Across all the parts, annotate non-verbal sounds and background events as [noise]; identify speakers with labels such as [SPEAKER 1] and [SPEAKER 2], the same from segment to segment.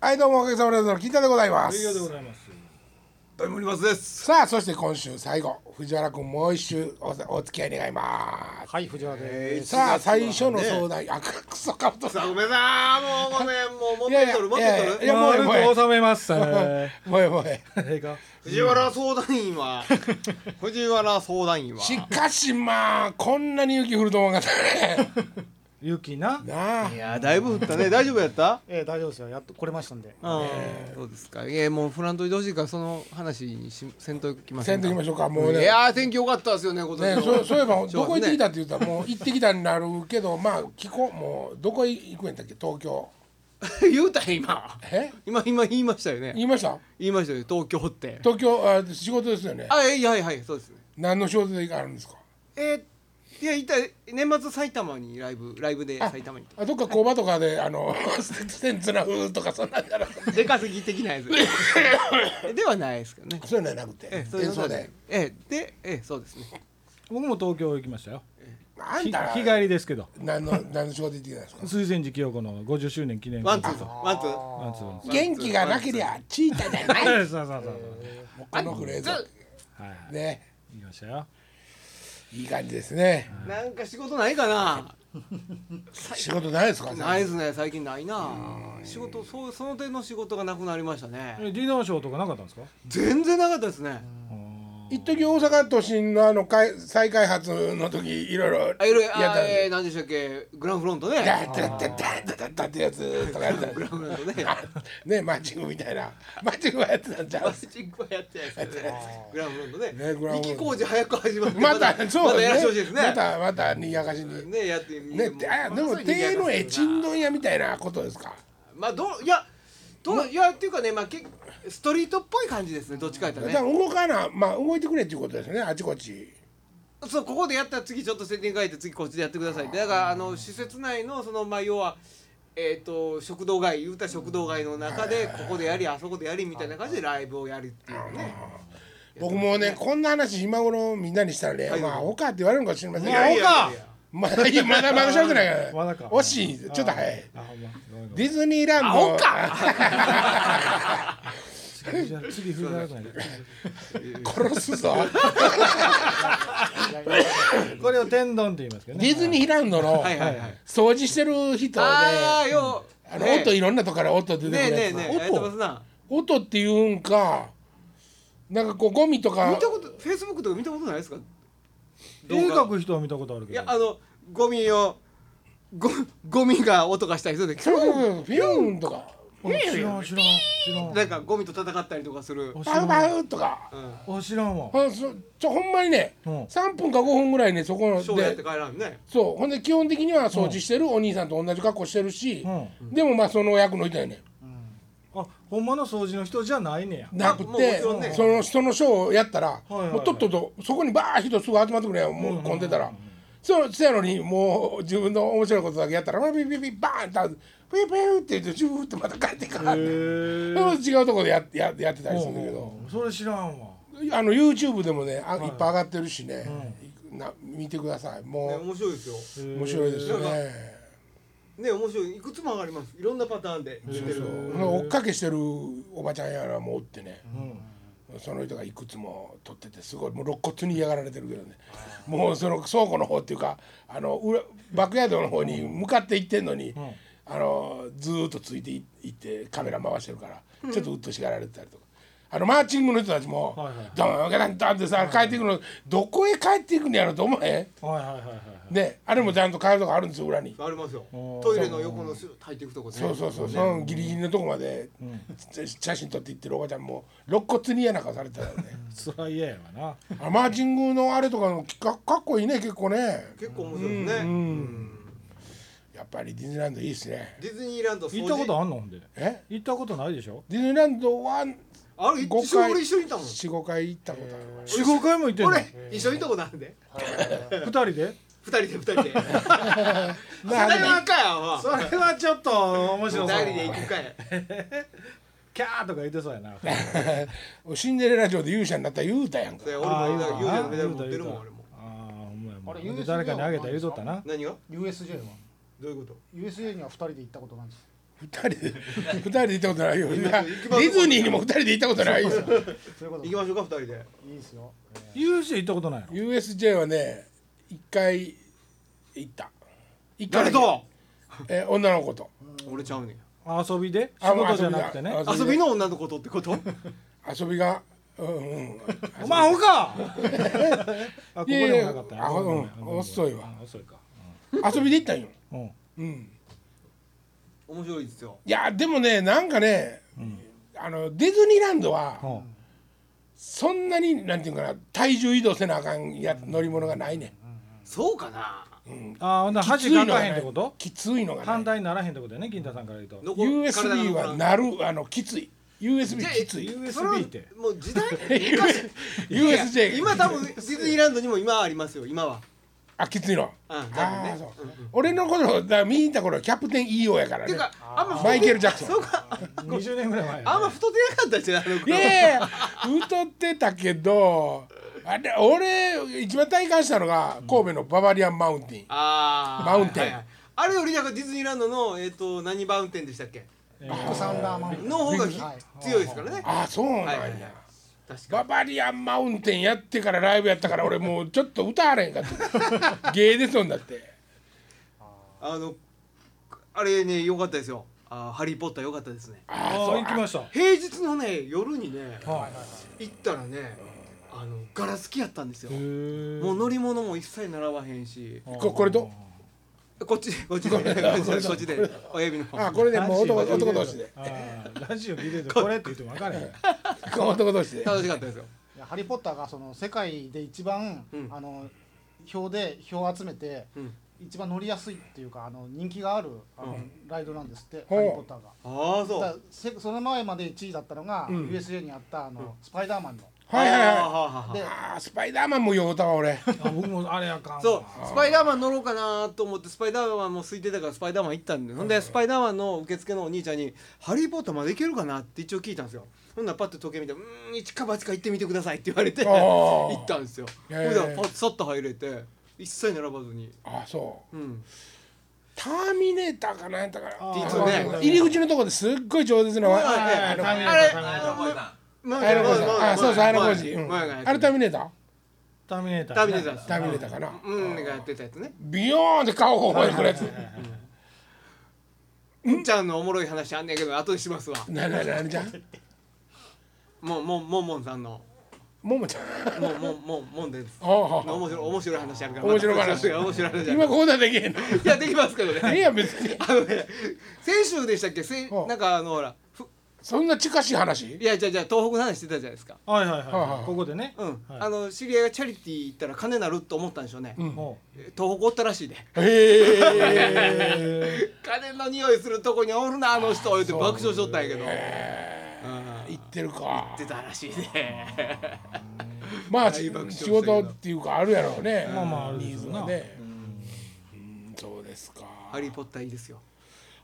[SPEAKER 1] はいどうもおかげさまでの金太でございま
[SPEAKER 2] 営業ですございます
[SPEAKER 3] 大森松です
[SPEAKER 1] さあそして今週最後藤原君もう一周おお付き合い願います
[SPEAKER 4] はい、藤原です。
[SPEAKER 1] さあ最初の相談、あくくそかぶと
[SPEAKER 3] さあごめんなさいもうごめんもう持
[SPEAKER 1] い
[SPEAKER 3] っ
[SPEAKER 1] やい
[SPEAKER 3] て
[SPEAKER 1] や
[SPEAKER 3] とる持っ
[SPEAKER 1] い
[SPEAKER 3] て
[SPEAKER 1] や
[SPEAKER 3] と
[SPEAKER 1] い
[SPEAKER 3] る
[SPEAKER 1] やもうええもうええ
[SPEAKER 2] 収め [laughs] ますえ
[SPEAKER 1] もうええもうえ
[SPEAKER 2] えか
[SPEAKER 3] 藤原相談
[SPEAKER 1] [laughs]
[SPEAKER 3] 員は藤原相談員
[SPEAKER 1] え
[SPEAKER 3] は
[SPEAKER 1] しかしまあこんなに雪降ると思わなか [laughs] ったね
[SPEAKER 2] 雪な
[SPEAKER 1] なあ
[SPEAKER 3] いやだいぶ降ったね大丈夫やった
[SPEAKER 4] えー、大丈夫ですよ。やっと来れましたんで。
[SPEAKER 3] うんそうですかいやもうフラントいてほしいからその話にしせんときまし
[SPEAKER 1] せ
[SPEAKER 3] ょ
[SPEAKER 1] んときましょうかもう
[SPEAKER 3] う
[SPEAKER 1] ね
[SPEAKER 3] いやー天気良かったですよね今年
[SPEAKER 1] ね
[SPEAKER 3] は、
[SPEAKER 1] そうそういえば
[SPEAKER 3] [laughs] そう
[SPEAKER 1] どこ行ってき
[SPEAKER 3] ね
[SPEAKER 1] たって言ったらもう行ってきたになるけどまあ聞こうもうどこ行くんやったっけ東京
[SPEAKER 3] 言うたん今
[SPEAKER 1] え
[SPEAKER 3] 今今言いましたよね
[SPEAKER 1] 言いました
[SPEAKER 3] 言いましたよね東京って
[SPEAKER 1] 東京あ仕事ですよね
[SPEAKER 3] あいやはいはいそうですね
[SPEAKER 1] 何の仕事であるんですか
[SPEAKER 3] えー、いやいた年末埼玉にライブライブで埼玉に
[SPEAKER 1] あどっか工場とかであの線つなぐとかそんなんじゃなくて
[SPEAKER 3] 出稼ぎ的なやつ [laughs] ではないですけどね
[SPEAKER 1] そういうのじゃなくて
[SPEAKER 3] ええ、そういう
[SPEAKER 1] 演
[SPEAKER 3] こ
[SPEAKER 1] 奏
[SPEAKER 3] と
[SPEAKER 1] で
[SPEAKER 3] で。ええ、で、ええ、そうですね。
[SPEAKER 2] 僕も東京行きましたよ
[SPEAKER 1] あん
[SPEAKER 2] ひ
[SPEAKER 1] たら
[SPEAKER 2] 日帰りですけど
[SPEAKER 1] 何の何の仕事行ってきたんですか
[SPEAKER 2] 水前寺清子の50周年記念
[SPEAKER 3] ワンツ
[SPEAKER 2] コン
[SPEAKER 3] ー
[SPEAKER 2] サ
[SPEAKER 3] と。
[SPEAKER 2] ー
[SPEAKER 3] ワンツー。
[SPEAKER 2] トワンツーワンツ
[SPEAKER 1] 元気がなけりゃチータじゃない
[SPEAKER 2] ーそうそうそう
[SPEAKER 1] このフレーズ
[SPEAKER 2] そうはいはい
[SPEAKER 1] ね
[SPEAKER 2] 行きましたよ
[SPEAKER 1] いい感じですね
[SPEAKER 3] なんか仕事ないかな。
[SPEAKER 1] 仕事ないですか
[SPEAKER 3] ないですね、最近ないな。仕事、そう、その点の仕事がなくなりましたね。
[SPEAKER 2] えディナーショーとかなかったんですか
[SPEAKER 3] 全然なかったですね。
[SPEAKER 1] 一時大阪都心のあのかい再開発の時いろいろやった
[SPEAKER 3] あ、いろいろ、
[SPEAKER 1] ん
[SPEAKER 3] あ
[SPEAKER 1] で
[SPEAKER 3] ええ、何でしたっけ、グランフロント
[SPEAKER 1] 「ダ
[SPEAKER 3] ね。
[SPEAKER 1] ッダッダッダッダッダッダッ」ってやつとかやって
[SPEAKER 3] グランフロントね。
[SPEAKER 1] たねマッチングみたいなマッチングはやってたんちゃ
[SPEAKER 3] マ
[SPEAKER 1] う
[SPEAKER 3] ッチングはやってないですけどね。グランフロント
[SPEAKER 1] ねグランフロン
[SPEAKER 3] ね。
[SPEAKER 1] ト
[SPEAKER 3] 行き工事早く始まって。
[SPEAKER 1] またそ
[SPEAKER 3] ま
[SPEAKER 1] う
[SPEAKER 3] たやらせてほしいで
[SPEAKER 1] ね
[SPEAKER 3] す
[SPEAKER 1] ま
[SPEAKER 3] ね。
[SPEAKER 1] たまたにやかしに
[SPEAKER 3] ね、やって。
[SPEAKER 1] ねってあでも庭園のえちんどん屋みたいなことですか
[SPEAKER 3] まあどういやどういやっていうかねまあけストリートっぽい感じですねどっちか言った
[SPEAKER 1] だ
[SPEAKER 3] ら
[SPEAKER 1] から
[SPEAKER 3] ね
[SPEAKER 1] 動かなまあ動いてくれっていうことですよねあちこち
[SPEAKER 3] そうここでやったら次ちょっとセッティング変えて次こっちでやってくださいってだからあの施設内のそのまあ要はえー、と食堂街言うたら食堂街の中でここでやりあそこでやりみたいな感じでライブをやるっていうね
[SPEAKER 1] 僕もねこんな話今頃みんなにしたらね
[SPEAKER 3] はい
[SPEAKER 1] まあほかって言われるのかもしれませんけど
[SPEAKER 2] まあ
[SPEAKER 3] いやいやいや
[SPEAKER 2] ほか
[SPEAKER 1] まだいやまだまだ喋ってないから
[SPEAKER 2] まだか
[SPEAKER 1] 惜しいちょっと早い
[SPEAKER 2] あほんまごめんごめ
[SPEAKER 1] デ
[SPEAKER 2] ん
[SPEAKER 1] ィズニーラン
[SPEAKER 3] あ
[SPEAKER 1] ド
[SPEAKER 3] ほか
[SPEAKER 2] 次じゃあ次振らなくない
[SPEAKER 1] 殺す
[SPEAKER 3] [laughs]
[SPEAKER 1] ぞ
[SPEAKER 2] これを天丼って言いますけど
[SPEAKER 1] デ
[SPEAKER 2] ね
[SPEAKER 1] ィズニーランドの
[SPEAKER 3] はいはいはい
[SPEAKER 1] 掃除してる人で
[SPEAKER 3] あ
[SPEAKER 1] あ
[SPEAKER 3] あよう
[SPEAKER 1] の
[SPEAKER 3] ね
[SPEAKER 1] 音いろんなとこから音出て
[SPEAKER 3] ね
[SPEAKER 1] く
[SPEAKER 3] え
[SPEAKER 1] る
[SPEAKER 3] ねえ
[SPEAKER 1] やつ
[SPEAKER 3] ねえやってます
[SPEAKER 1] 音
[SPEAKER 3] な
[SPEAKER 1] 音っていうんかなんかこうゴミとか
[SPEAKER 3] 見たことフェイスブックとか見たことないですか
[SPEAKER 2] 絵描く人は見たことあるけ
[SPEAKER 3] い
[SPEAKER 2] ど
[SPEAKER 3] やあのゴミをゴゴミが音がした人でキュ
[SPEAKER 1] そうそう
[SPEAKER 3] ン
[SPEAKER 1] そうピューンとか
[SPEAKER 2] 知らん知らん知らん
[SPEAKER 3] なんかゴミと戦ったりとかする、
[SPEAKER 2] お知
[SPEAKER 1] パ
[SPEAKER 2] ら
[SPEAKER 1] ウ
[SPEAKER 2] ん
[SPEAKER 1] パウとか
[SPEAKER 3] うん、
[SPEAKER 2] お知らんわ
[SPEAKER 1] あそちょほんまにね
[SPEAKER 2] うん
[SPEAKER 1] 3分か5分ぐらいねそこの
[SPEAKER 3] ショーやって
[SPEAKER 1] で
[SPEAKER 3] 帰らんね
[SPEAKER 1] そうほんで基本的には掃除してるお兄さんと同じ格好してるし
[SPEAKER 2] う
[SPEAKER 1] でもまあその役の人やね
[SPEAKER 2] んあほんまの掃除の人じゃないねや
[SPEAKER 1] なく
[SPEAKER 3] まあもうも
[SPEAKER 1] て
[SPEAKER 3] ちろんね
[SPEAKER 1] その人のショーをやったら
[SPEAKER 2] いはいはい
[SPEAKER 1] もうとっととそこにバーッ人すぐ集まってくれよもう混んでたらそうそやのにもう自分の面白いことだけやったらピピピピバーンってピピピって言ってジューってまた帰ってから
[SPEAKER 2] へ
[SPEAKER 1] で
[SPEAKER 2] え
[SPEAKER 1] も違うとこでやややってたりするんだけど。
[SPEAKER 2] それ知らんわ
[SPEAKER 1] あの YouTube でもねあ、い、っぱい上がってるしね、な見てください
[SPEAKER 3] ね
[SPEAKER 1] も
[SPEAKER 3] 面白いですよ
[SPEAKER 1] う面白いですね
[SPEAKER 3] なんかね面白いいくつも上がりますいろんなパターンで出てる
[SPEAKER 1] そう追っかけしてるおばちゃんやらもおってね、その人がいくつも撮っててすごいもう肋骨に嫌がられてるけどねもうその倉庫の方っていうかあの裏バックヤードの方に向かって行ってんのに、あのずーっとついてい行ってカメラ回してるからちょっとうっとしがられてたりとか。あのマーチングの人たちも
[SPEAKER 2] はいはい
[SPEAKER 1] 「ドンガダンドン」ってさ帰っていくのどこへ帰っていくんやろと思えん
[SPEAKER 2] はいはいはいはい
[SPEAKER 1] ね、あれもちゃんと買うとこあるんですよ裏に。
[SPEAKER 3] ありますよトイレの横のす入っていくとこね
[SPEAKER 1] そうそうそう、そのギリギリのとこまで、写写真撮って行ってるおばちゃんも肋骨に嫌な顔されてたよね
[SPEAKER 2] そりゃ嫌やわな
[SPEAKER 1] あマーチングのあれとかのかかっこいいね結構ね
[SPEAKER 3] 結構面白いですね、
[SPEAKER 1] やっぱりディズニーランドいいですね
[SPEAKER 3] ディズニーランド掃除
[SPEAKER 2] 行ったことあんのほんで
[SPEAKER 1] え
[SPEAKER 2] 行ったことないでしょ
[SPEAKER 1] ディズニーランドは
[SPEAKER 3] ある
[SPEAKER 1] 五
[SPEAKER 3] 一緒
[SPEAKER 1] 回
[SPEAKER 3] 俺一緒にいたもん
[SPEAKER 1] 45回行ったことあるわ
[SPEAKER 2] 四五回も行ってんの
[SPEAKER 3] 俺一緒にいたことあるんで
[SPEAKER 2] 二人で
[SPEAKER 3] 二人で二人でそれはかやわ
[SPEAKER 2] それはちょっと面白そう
[SPEAKER 3] 二人で行くかや
[SPEAKER 2] キャーとか言ってそうや [laughs] な
[SPEAKER 1] シンデレラ城で勇者になった言うたやんか
[SPEAKER 3] それ俺もユージのメダル持ってるもん
[SPEAKER 2] あ
[SPEAKER 3] 俺も
[SPEAKER 2] あーほんまやも
[SPEAKER 4] あれ
[SPEAKER 2] うほんで
[SPEAKER 4] USJ
[SPEAKER 2] 誰かにあげたら言うとったな
[SPEAKER 3] 何が
[SPEAKER 4] USJ は。
[SPEAKER 3] どういうこと
[SPEAKER 4] USJ には二人で行ったことなんです。
[SPEAKER 1] 二
[SPEAKER 3] [laughs]
[SPEAKER 1] 人で二人で行ったことないよ
[SPEAKER 3] 行き
[SPEAKER 1] デ
[SPEAKER 3] ましょう行きましょう
[SPEAKER 1] ィズニーにも二人で行ったことないよ
[SPEAKER 4] そういうこと
[SPEAKER 3] 行きましょうか二人で
[SPEAKER 4] いいですよ、え
[SPEAKER 2] USJ 行ったことないの
[SPEAKER 1] USJ はね一回行った一回だ
[SPEAKER 3] 誰
[SPEAKER 1] け
[SPEAKER 3] と
[SPEAKER 1] えー女の子と
[SPEAKER 3] 俺ちゃうねん
[SPEAKER 2] 遊びで
[SPEAKER 1] あ
[SPEAKER 2] 仕事じゃなくてね
[SPEAKER 1] 遊
[SPEAKER 3] 遊
[SPEAKER 1] び
[SPEAKER 3] び
[SPEAKER 1] が
[SPEAKER 3] の女の子とってこと
[SPEAKER 1] 遊びがうんうん
[SPEAKER 2] お前アホかあここ
[SPEAKER 1] いやい
[SPEAKER 2] で
[SPEAKER 1] や
[SPEAKER 2] もなかった
[SPEAKER 1] アホ
[SPEAKER 2] ごめん
[SPEAKER 1] うん
[SPEAKER 2] ごめんごめん
[SPEAKER 1] 遅いわ
[SPEAKER 2] あ遅いか
[SPEAKER 1] 遊びで行ったんよ
[SPEAKER 2] うんうん
[SPEAKER 1] うん
[SPEAKER 3] 面白いですよ
[SPEAKER 1] いやでもねなんかねあのディズニーランドは
[SPEAKER 2] うん
[SPEAKER 1] そんなになんていうかな体重移動せなあかんや乗り物がないね
[SPEAKER 3] そうかな
[SPEAKER 2] あほんなら
[SPEAKER 1] きつい
[SPEAKER 2] 箸
[SPEAKER 1] の
[SPEAKER 2] か
[SPEAKER 1] が
[SPEAKER 2] か
[SPEAKER 1] な
[SPEAKER 2] へん
[SPEAKER 1] い
[SPEAKER 2] ってこと
[SPEAKER 1] きついのがない
[SPEAKER 2] 反対にならへんってことやね金田さんから言うと
[SPEAKER 3] 残
[SPEAKER 1] USB は
[SPEAKER 3] 体の
[SPEAKER 1] なるあのきつい USB
[SPEAKER 3] じゃあ
[SPEAKER 1] きつい
[SPEAKER 2] USB
[SPEAKER 3] それは
[SPEAKER 2] って
[SPEAKER 3] もう時代
[SPEAKER 1] [laughs]
[SPEAKER 3] 昔い
[SPEAKER 1] USJ
[SPEAKER 3] や今多分ディズニーランドにも今はありますよ今は
[SPEAKER 1] あきついの
[SPEAKER 3] うん多分ね
[SPEAKER 1] ああそう
[SPEAKER 3] うんうん
[SPEAKER 1] 俺の頃だ見に行った頃はキャプテン EO やから
[SPEAKER 3] て
[SPEAKER 1] ね
[SPEAKER 3] かあんま
[SPEAKER 1] [laughs] マイケル・ジャクソン
[SPEAKER 3] そうか
[SPEAKER 2] 20年ぐらい前やね
[SPEAKER 3] あんま太ってなかったじゃんあの
[SPEAKER 1] い
[SPEAKER 3] 頃
[SPEAKER 1] やいや歌ってたけどあれ俺一番体感したのが神戸のババリアンマウンティン
[SPEAKER 3] あー
[SPEAKER 1] マウンテン
[SPEAKER 3] はいはいあれよりなんかディズニーランドのえっと何マウンテンでしたっけ
[SPEAKER 4] ービッグサンダーマウンテン
[SPEAKER 3] の方がひ
[SPEAKER 4] はい
[SPEAKER 3] 強いですからね
[SPEAKER 1] ああそうなんや、
[SPEAKER 3] はいはいはい確か
[SPEAKER 1] ババリアンマウンテンやってからライブやったから俺もうちょっと歌われへんかった芸ですもんだって
[SPEAKER 3] あのあれね良かったですよあーハリーポッター良かったですね
[SPEAKER 1] あ
[SPEAKER 2] あ
[SPEAKER 1] そう
[SPEAKER 2] ー行きました
[SPEAKER 3] 平日のね夜にね
[SPEAKER 2] はい
[SPEAKER 3] 行ったらねあのガラスきやったんですよ
[SPEAKER 2] へー
[SPEAKER 3] もう乗り物も一切習わへんし
[SPEAKER 1] ここれと
[SPEAKER 3] こっち
[SPEAKER 1] [laughs]
[SPEAKER 3] こっちでこっちで親指の
[SPEAKER 1] あこれでもう男
[SPEAKER 2] ラジオ
[SPEAKER 1] 男同士で
[SPEAKER 2] あーラジオ聞いてるとこれって言っても分からへん
[SPEAKER 1] 男同士で
[SPEAKER 3] 楽しかったですよ
[SPEAKER 4] いやハリー・ポッターがその世界で一番、
[SPEAKER 3] うん
[SPEAKER 4] あの票で票を集めて、
[SPEAKER 3] うん
[SPEAKER 4] 一番乗りやすいっていうかあの人気があるあの、ライドなんですって、
[SPEAKER 1] ほう
[SPEAKER 4] ハリー・ポッターが。
[SPEAKER 3] ああそ
[SPEAKER 4] だ
[SPEAKER 3] う
[SPEAKER 4] からせその前まで1位だったのが、
[SPEAKER 1] うん
[SPEAKER 4] USJ にあったあの、スパイダーマンの。
[SPEAKER 1] はいはい
[SPEAKER 3] あー
[SPEAKER 1] はい
[SPEAKER 3] はあはあは
[SPEAKER 4] で
[SPEAKER 1] あースパイダーマンも酔うたわ俺
[SPEAKER 2] あ僕もあれあかんわ
[SPEAKER 3] あそうスパイダーマン乗ろうかなと思ってスパイダーマンも空いてたからスパイダーマン行ったんでほんでスパイダーマンの受付のお兄ちゃんに「ハリー・ポッターまで行けるかな?」って一応聞いたんですよほんならパッと時計見て「うーん一か八か行ってみてください」って言われて
[SPEAKER 1] あー
[SPEAKER 3] 行ったんですよ
[SPEAKER 1] へ
[SPEAKER 3] ほ
[SPEAKER 1] ー
[SPEAKER 3] んでパッとさっと入れて一切並ばずに
[SPEAKER 1] あそう
[SPEAKER 3] うん
[SPEAKER 1] ターミネーターかなんやったかな
[SPEAKER 2] あ
[SPEAKER 3] ーそうね
[SPEAKER 1] 入り口のとこですっごい上手なわ
[SPEAKER 3] はいはい
[SPEAKER 1] あの
[SPEAKER 2] ターミネーターターミネーター
[SPEAKER 3] あれま
[SPEAKER 1] アイロン工事あそうそうアイロン工事うんあれターミネーター
[SPEAKER 2] ターミネーター
[SPEAKER 3] ターミネーターです
[SPEAKER 1] ターミネーターかな
[SPEAKER 3] うんがやってたやつね
[SPEAKER 1] ビヨーンって顔を覚えてくるやつ
[SPEAKER 3] うんちゃんのおもろい話あんねんけど後でしますわ
[SPEAKER 1] なななにちゃん
[SPEAKER 3] もうもうもんもんさんの
[SPEAKER 1] ももちゃん
[SPEAKER 3] もうもうもうもんです
[SPEAKER 1] あああ
[SPEAKER 3] 面白い面白い話あるから
[SPEAKER 1] 面白い話
[SPEAKER 3] また面白い話ある
[SPEAKER 1] 今ここではできへんの
[SPEAKER 3] いやできますけど
[SPEAKER 1] ええ
[SPEAKER 3] ね
[SPEAKER 1] やん別に
[SPEAKER 3] あのね先週でしたっけせ
[SPEAKER 1] ほう
[SPEAKER 3] なんかあのほらふ
[SPEAKER 1] そんな近しい話
[SPEAKER 3] いやじゃあじゃあ東北の話してたじゃないですか
[SPEAKER 2] はいはい
[SPEAKER 1] はいは
[SPEAKER 2] はいいここでね
[SPEAKER 3] うん、
[SPEAKER 2] はい
[SPEAKER 3] あの知り合いがチャリティー行ったら金なると思ったんでしょうね、
[SPEAKER 1] うん
[SPEAKER 2] も
[SPEAKER 3] 東北おったらしいで
[SPEAKER 1] へえ
[SPEAKER 3] 金の匂いするとこにおるなあの人言って爆笑しとったんやけど、うん
[SPEAKER 1] 言
[SPEAKER 3] 行
[SPEAKER 1] ってるか
[SPEAKER 3] ってたらしいで
[SPEAKER 1] まあ
[SPEAKER 3] 大
[SPEAKER 1] 仕
[SPEAKER 3] 爆笑したけど
[SPEAKER 1] 事っていうかあるやろうね
[SPEAKER 2] まあまああるでしょうな
[SPEAKER 1] ニーズがねうんそうですか
[SPEAKER 3] ハリー・ポッターいいですよ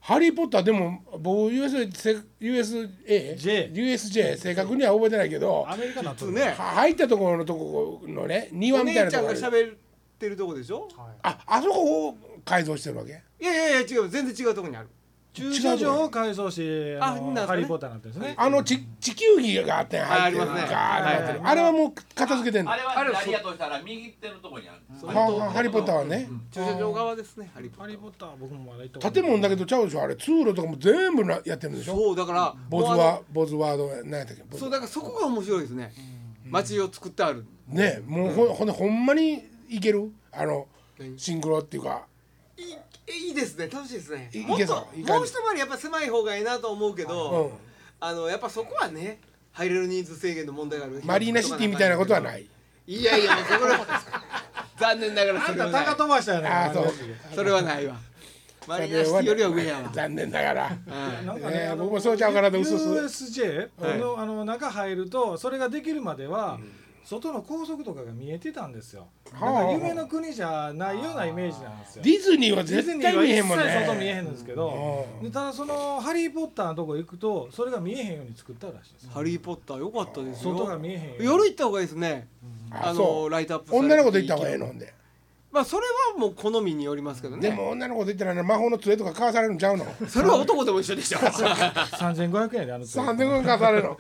[SPEAKER 1] ハリー・ポッターでも僕 USA, せ USA
[SPEAKER 2] J
[SPEAKER 1] USJ 正確には覚えてないけど
[SPEAKER 2] うアメリカなっ
[SPEAKER 3] 普
[SPEAKER 2] と
[SPEAKER 3] 通
[SPEAKER 2] る
[SPEAKER 1] は
[SPEAKER 3] ね
[SPEAKER 1] 入ったところのとこのね庭
[SPEAKER 3] お
[SPEAKER 1] みたい
[SPEAKER 3] 姉
[SPEAKER 1] な
[SPEAKER 3] ち
[SPEAKER 1] と
[SPEAKER 3] ゃん
[SPEAKER 1] こ
[SPEAKER 3] が
[SPEAKER 1] ある
[SPEAKER 3] 喋ってるとこでしょ
[SPEAKER 4] はい
[SPEAKER 1] ああそこを改造してるわけ
[SPEAKER 3] いやいやいや違う全然違うとこにある
[SPEAKER 2] 駐車場を改装しあの
[SPEAKER 3] あなんかね
[SPEAKER 2] ハリー・ポッターになってるんですね
[SPEAKER 1] あのち地球儀があって入ってる
[SPEAKER 3] あありますね
[SPEAKER 1] ガーッて入ってる
[SPEAKER 2] はい
[SPEAKER 1] あれはもう片付けてんの
[SPEAKER 5] あれは
[SPEAKER 3] あれは
[SPEAKER 5] 左やとしたら右手のとこにあるんです
[SPEAKER 1] はあはあハリー・ポッターはね
[SPEAKER 3] 駐車場側ですねハリー・ポ
[SPEAKER 2] ハ
[SPEAKER 3] ッ
[SPEAKER 2] リー・
[SPEAKER 3] ター
[SPEAKER 2] ポッター僕もまだ行ったこと
[SPEAKER 1] 建
[SPEAKER 2] ない
[SPEAKER 1] 物だけどちゃうでしょあれ通路とかも全部なやってるんでしょ
[SPEAKER 3] そうだから
[SPEAKER 1] ボズ
[SPEAKER 3] もうあ
[SPEAKER 1] ワボズワード何やったっけボ
[SPEAKER 3] の
[SPEAKER 1] ズ
[SPEAKER 3] そうだからそこが面白いですね街を作ってある
[SPEAKER 1] ねもうほ,、ほんでほんまにいけるあの
[SPEAKER 3] 何
[SPEAKER 1] シンクロっていうか
[SPEAKER 3] いいいですね楽しいですね
[SPEAKER 1] い
[SPEAKER 3] もっ
[SPEAKER 1] いけ
[SPEAKER 3] と
[SPEAKER 1] そういい感じ
[SPEAKER 3] もう一回りやっぱ狭い方がいいなと思うけ
[SPEAKER 1] うん
[SPEAKER 3] どあのやっぱそこはね入れる人数制限の問題がある
[SPEAKER 1] マリーナシティみたいなことはない
[SPEAKER 3] いやいやもうそこ
[SPEAKER 1] [laughs]
[SPEAKER 3] ら残念ながら
[SPEAKER 2] あ
[SPEAKER 3] そ
[SPEAKER 2] ん
[SPEAKER 3] れは
[SPEAKER 2] た
[SPEAKER 3] ない
[SPEAKER 2] 高飛ばしたよね
[SPEAKER 1] あーそう
[SPEAKER 3] それはないわマリーナシティよりは上やわ
[SPEAKER 1] 残念ながら
[SPEAKER 3] うん
[SPEAKER 2] なんか
[SPEAKER 1] ね
[SPEAKER 2] ね、あの
[SPEAKER 1] 僕もそうちゃうかなとうすうす
[SPEAKER 2] USJ
[SPEAKER 3] はい
[SPEAKER 2] のあの中入るとそれができるまでは外の高速とかが見えてたんですよ。だ
[SPEAKER 1] はあ
[SPEAKER 2] から夢の国じゃないようなイメージなんですよ
[SPEAKER 1] デ。ィズニーは
[SPEAKER 2] ディズ
[SPEAKER 1] 絶
[SPEAKER 2] ニー
[SPEAKER 1] 対
[SPEAKER 2] は
[SPEAKER 1] 見え
[SPEAKER 2] 一
[SPEAKER 1] へんもん
[SPEAKER 2] 切外見えへ
[SPEAKER 1] ね
[SPEAKER 2] んんですけど、
[SPEAKER 1] うん
[SPEAKER 2] でただそのハリー・ポッターのとこ行くとそれが見えへんように作ったらしいです。
[SPEAKER 3] ハリー・ポッター良かったですよ
[SPEAKER 2] 外が見えへんように
[SPEAKER 3] 夜行った方がいいですね
[SPEAKER 1] あ
[SPEAKER 3] あ
[SPEAKER 1] そ
[SPEAKER 3] の
[SPEAKER 1] う
[SPEAKER 3] ライトアップされて
[SPEAKER 1] 女の子と行った方がええのほんで
[SPEAKER 3] まあそれはもう好みによりますけど
[SPEAKER 1] で
[SPEAKER 3] ね
[SPEAKER 1] も女の子と言ったらな魔法の杖とか買わされるんちゃうの
[SPEAKER 3] それは男でも一緒でしょだから
[SPEAKER 2] 3500円であの
[SPEAKER 1] 3 0 0円買わされるの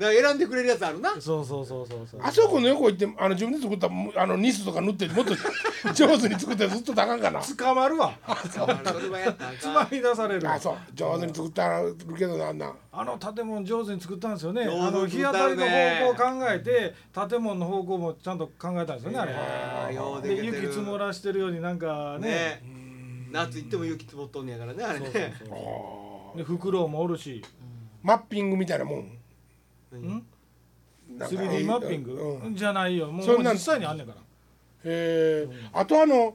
[SPEAKER 3] 選んでくれるやつあるな
[SPEAKER 2] そうそうそうそうそう
[SPEAKER 1] あそこの横行ってあの自分で作ったあのニスとか塗ってもっと上手に作ってずっと高んかな
[SPEAKER 2] 捕まるわ
[SPEAKER 3] それはやったら
[SPEAKER 2] [laughs]
[SPEAKER 3] あ
[SPEAKER 2] つ
[SPEAKER 3] かん
[SPEAKER 2] まみ出されるわ
[SPEAKER 1] あそう上手に作ってあるけどなんなん
[SPEAKER 2] あの建物上手に作ったんですよね。
[SPEAKER 3] 上手に
[SPEAKER 2] あの日
[SPEAKER 3] 作
[SPEAKER 2] 当
[SPEAKER 3] ったた
[SPEAKER 2] り
[SPEAKER 3] ね
[SPEAKER 2] の方向を考えて、建物の方向もちゃんと考えたんですよね、あ
[SPEAKER 3] あーよう
[SPEAKER 2] れ。
[SPEAKER 3] でき
[SPEAKER 2] で、
[SPEAKER 3] てる
[SPEAKER 2] 雪積もらしてるようになんかね。
[SPEAKER 3] ね夏行っても雪積もっとんねやからねあれ
[SPEAKER 2] そう
[SPEAKER 3] ね
[SPEAKER 2] そうそう。で、フクロウもおるし、
[SPEAKER 1] マッピングみたいなもん
[SPEAKER 2] ん
[SPEAKER 1] なんか
[SPEAKER 2] 3D マッピン
[SPEAKER 1] うん
[SPEAKER 2] グじゃないよ。もう
[SPEAKER 1] そん
[SPEAKER 2] も
[SPEAKER 1] な
[SPEAKER 2] うん実際にあんねんから。
[SPEAKER 1] えーあとあの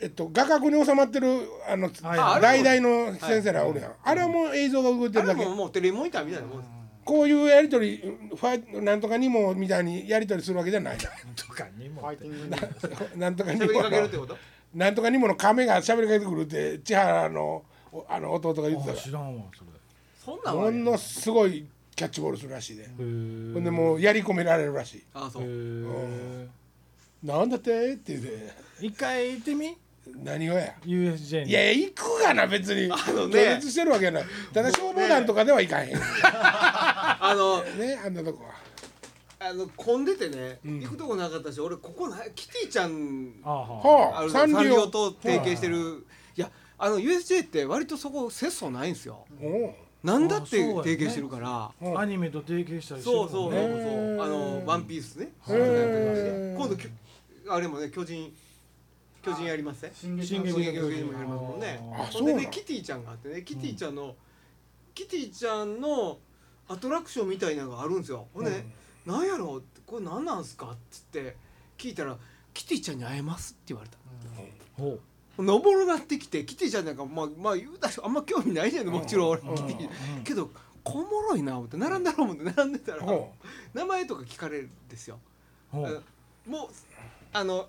[SPEAKER 1] えっと画角に収まってるあの
[SPEAKER 2] はい
[SPEAKER 3] あれ
[SPEAKER 1] 大々の先生らおるやんあれはもう映像が動いて
[SPEAKER 3] [laughs] あ
[SPEAKER 1] る
[SPEAKER 3] れ
[SPEAKER 1] だけ
[SPEAKER 3] ももうテレビモニターみたいなもんです
[SPEAKER 1] こういうやりとりファイなんとかにもみたいにやりとりするわけじゃない
[SPEAKER 2] とかに
[SPEAKER 4] フ
[SPEAKER 2] も
[SPEAKER 4] ァイ。ティング
[SPEAKER 1] [laughs]
[SPEAKER 3] [laughs]
[SPEAKER 4] に
[SPEAKER 1] ななんとかにも
[SPEAKER 3] 喋りかけるって
[SPEAKER 1] の
[SPEAKER 3] こと
[SPEAKER 1] なんとかにもの亀が喋りかけてくるって千原のおあの弟が言って
[SPEAKER 2] あ
[SPEAKER 1] たか
[SPEAKER 2] ー知らんわ、それ。
[SPEAKER 3] そんな
[SPEAKER 1] ら
[SPEAKER 3] んは
[SPEAKER 1] も
[SPEAKER 3] ね
[SPEAKER 1] のすごいキャッチボールするらしいで
[SPEAKER 2] へー
[SPEAKER 1] ほんでもうやり込められるらしい
[SPEAKER 3] ああそ
[SPEAKER 2] へ
[SPEAKER 3] う
[SPEAKER 2] ー
[SPEAKER 1] なんだってって言って
[SPEAKER 2] 一回行ってみ
[SPEAKER 1] 何をや
[SPEAKER 2] ?USJ
[SPEAKER 1] い
[SPEAKER 2] に。
[SPEAKER 1] や行くがな別に
[SPEAKER 3] のね
[SPEAKER 1] 拒絶してるわけやないただ消防団とかでは行かへん
[SPEAKER 3] あの
[SPEAKER 1] ねあんなとこは
[SPEAKER 3] あの混んでてね行くとこなかったし俺ここなキティちゃん
[SPEAKER 2] あーは
[SPEAKER 1] は
[SPEAKER 3] あ
[SPEAKER 1] あ
[SPEAKER 3] る
[SPEAKER 1] サ
[SPEAKER 3] サ
[SPEAKER 1] ン
[SPEAKER 3] ン
[SPEAKER 1] リ
[SPEAKER 3] リオ
[SPEAKER 1] オ
[SPEAKER 3] と提携してるいやあの USJ って割とそこ節操ないんですよ
[SPEAKER 1] おう
[SPEAKER 3] なんだって
[SPEAKER 2] あそうやね
[SPEAKER 3] 提携してるから
[SPEAKER 1] うん
[SPEAKER 2] あ。アニメと提携したりしてる
[SPEAKER 3] そ
[SPEAKER 2] もん
[SPEAKER 3] う
[SPEAKER 2] ね。
[SPEAKER 3] そうそうそう
[SPEAKER 1] へー
[SPEAKER 3] あの「ワンピースね
[SPEAKER 1] へー
[SPEAKER 3] 今度きょあれもね巨人巨人やりますね
[SPEAKER 4] 進
[SPEAKER 2] 撃の
[SPEAKER 3] 進
[SPEAKER 2] 巨
[SPEAKER 3] 撃
[SPEAKER 2] 人
[SPEAKER 3] の巨人もやりますもん
[SPEAKER 1] あ
[SPEAKER 3] ねほんで
[SPEAKER 1] そうな
[SPEAKER 3] ね
[SPEAKER 1] の
[SPEAKER 3] キティちゃんがあってねキティちゃんのキティちゃんのアトラクションみたいなのがあるんですよほんでね「なんやろこれ何なんすか?」っつって聞いたら「キティちゃんに会えます」って言われた
[SPEAKER 2] ほう。
[SPEAKER 3] 登るなってきてキティちゃんなんかまあまあ言うたしあんま興味ないじゃんもちろん俺
[SPEAKER 1] うん
[SPEAKER 3] キティけどこもろいな思って並んだろう思って並んでたら
[SPEAKER 1] おう
[SPEAKER 3] 名前とか聞かれるんですよ
[SPEAKER 2] ほ
[SPEAKER 3] あの
[SPEAKER 2] う。
[SPEAKER 3] もうあの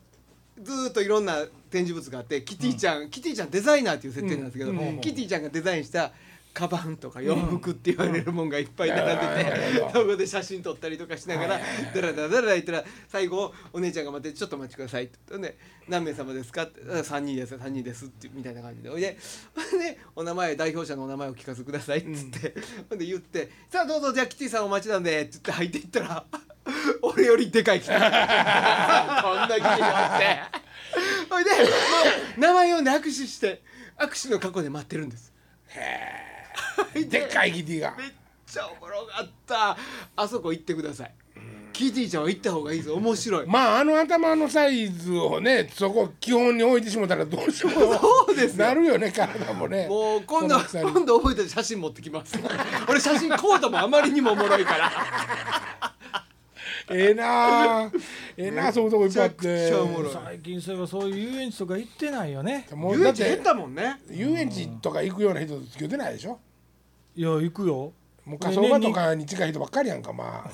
[SPEAKER 3] ずーっといろんな展示物があってキティちゃん、キティちゃんデザイナーっていう設定なんですけど、
[SPEAKER 1] うん
[SPEAKER 2] うん
[SPEAKER 3] キティちゃんがデザインしたカバンとか洋服って言われるもんがいっぱい並んでて、
[SPEAKER 1] うん
[SPEAKER 3] そこで写真撮ったりとかしながらだらだらだら言ったら最後お姉ちゃんが待って「ちょっとお待ちください」って言ったらね何名様ですか?」って「3人です3人です」ってみたいな感じでおいでほんでお名前代表者のお名前をお聞かせください」っつって、ほんで言って「さあどうぞじゃあキティさんお待ちなんで」って言って入っていったら [laughs] 俺よりでかいキティ [laughs] こんなキティがおって [laughs] ほいでもう名前をね握手して握手の過去で待ってるんです。 [laughs]
[SPEAKER 1] でっかいキティが
[SPEAKER 3] めっちゃおもろかったあそこ行ってくださいキティちゃんは行った方がいいぞ面白い
[SPEAKER 1] まああの頭のサイズをねそこ基本に置いてしもたらどうしよう
[SPEAKER 3] [laughs] そうですよ
[SPEAKER 1] なるよね体もね
[SPEAKER 3] もう今度
[SPEAKER 1] この大きさに
[SPEAKER 3] 今度覚えてる写真持ってきます [laughs] 俺写真コードもあまりにもおもろいから
[SPEAKER 1] ええなあええなあそういうとこいっぱいあって
[SPEAKER 3] めちゃくちゃおもろい
[SPEAKER 2] 最近そういえばそういう遊園地とか行ってないよね。
[SPEAKER 1] もう
[SPEAKER 3] 遊
[SPEAKER 1] だ
[SPEAKER 3] 園
[SPEAKER 1] っ
[SPEAKER 3] 地減
[SPEAKER 1] て
[SPEAKER 3] ったもんね
[SPEAKER 1] 遊園地とか行くような人と付き合ってないでしょ
[SPEAKER 2] いや行くよ。
[SPEAKER 1] もう火葬場とかに近い人ばっかりやんかまあ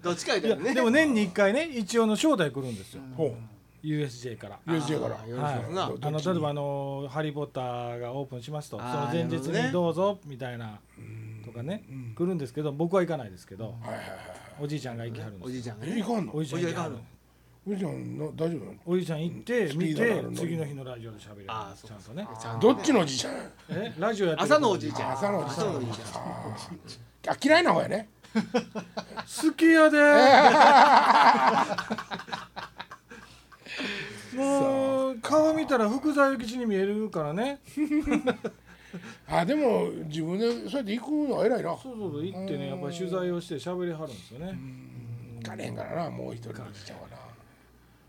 [SPEAKER 3] どっちか言
[SPEAKER 2] いうや
[SPEAKER 3] たらね
[SPEAKER 2] でも年に一回ね一応の招待来るんですよ。
[SPEAKER 1] [laughs] ほ
[SPEAKER 2] USJ から。
[SPEAKER 1] う USJ から
[SPEAKER 3] あーよろしいかな
[SPEAKER 1] はい
[SPEAKER 2] あの例えばあの「ハリー・ポッター」がオープンしますとそ
[SPEAKER 3] あー
[SPEAKER 2] の前日
[SPEAKER 3] なるほど
[SPEAKER 2] に
[SPEAKER 3] ね
[SPEAKER 2] どうぞみたいなとかね来るんですけど僕は行かないですけど
[SPEAKER 1] はいはい
[SPEAKER 2] おじいちゃんが行きはるん
[SPEAKER 3] お
[SPEAKER 2] で
[SPEAKER 3] じい
[SPEAKER 2] す
[SPEAKER 3] ち
[SPEAKER 2] よ
[SPEAKER 3] ゃんが
[SPEAKER 1] え
[SPEAKER 3] ね
[SPEAKER 1] 行かんの
[SPEAKER 2] おじいちゃん
[SPEAKER 3] おじいちゃん
[SPEAKER 1] おじ
[SPEAKER 2] 行きはる
[SPEAKER 3] 行かはる
[SPEAKER 1] いちゃんの大丈夫なの
[SPEAKER 2] おじいちゃん行って
[SPEAKER 1] スピ
[SPEAKER 2] 見
[SPEAKER 1] ードがある
[SPEAKER 2] て
[SPEAKER 1] のに
[SPEAKER 2] 次の日のラジオで喋る
[SPEAKER 3] あー
[SPEAKER 2] ちゃんとね
[SPEAKER 3] ちゃんと
[SPEAKER 1] どっちのおじいちゃん
[SPEAKER 2] えラジオやってる
[SPEAKER 3] 朝のおじいちゃん
[SPEAKER 1] 朝のおじいちゃん
[SPEAKER 3] 朝のおじいちゃん
[SPEAKER 1] あ嫌いな方やね
[SPEAKER 2] 好きやで
[SPEAKER 3] [laughs]
[SPEAKER 2] もう顔見たら福沢諭吉に見えるからね
[SPEAKER 1] あでも自分でそうやって行くのは偉いな行
[SPEAKER 2] そうそうそう行ってねやっぱり取材をして喋りはるんですよね
[SPEAKER 1] かれへんからなもう一人のおじいちゃんはな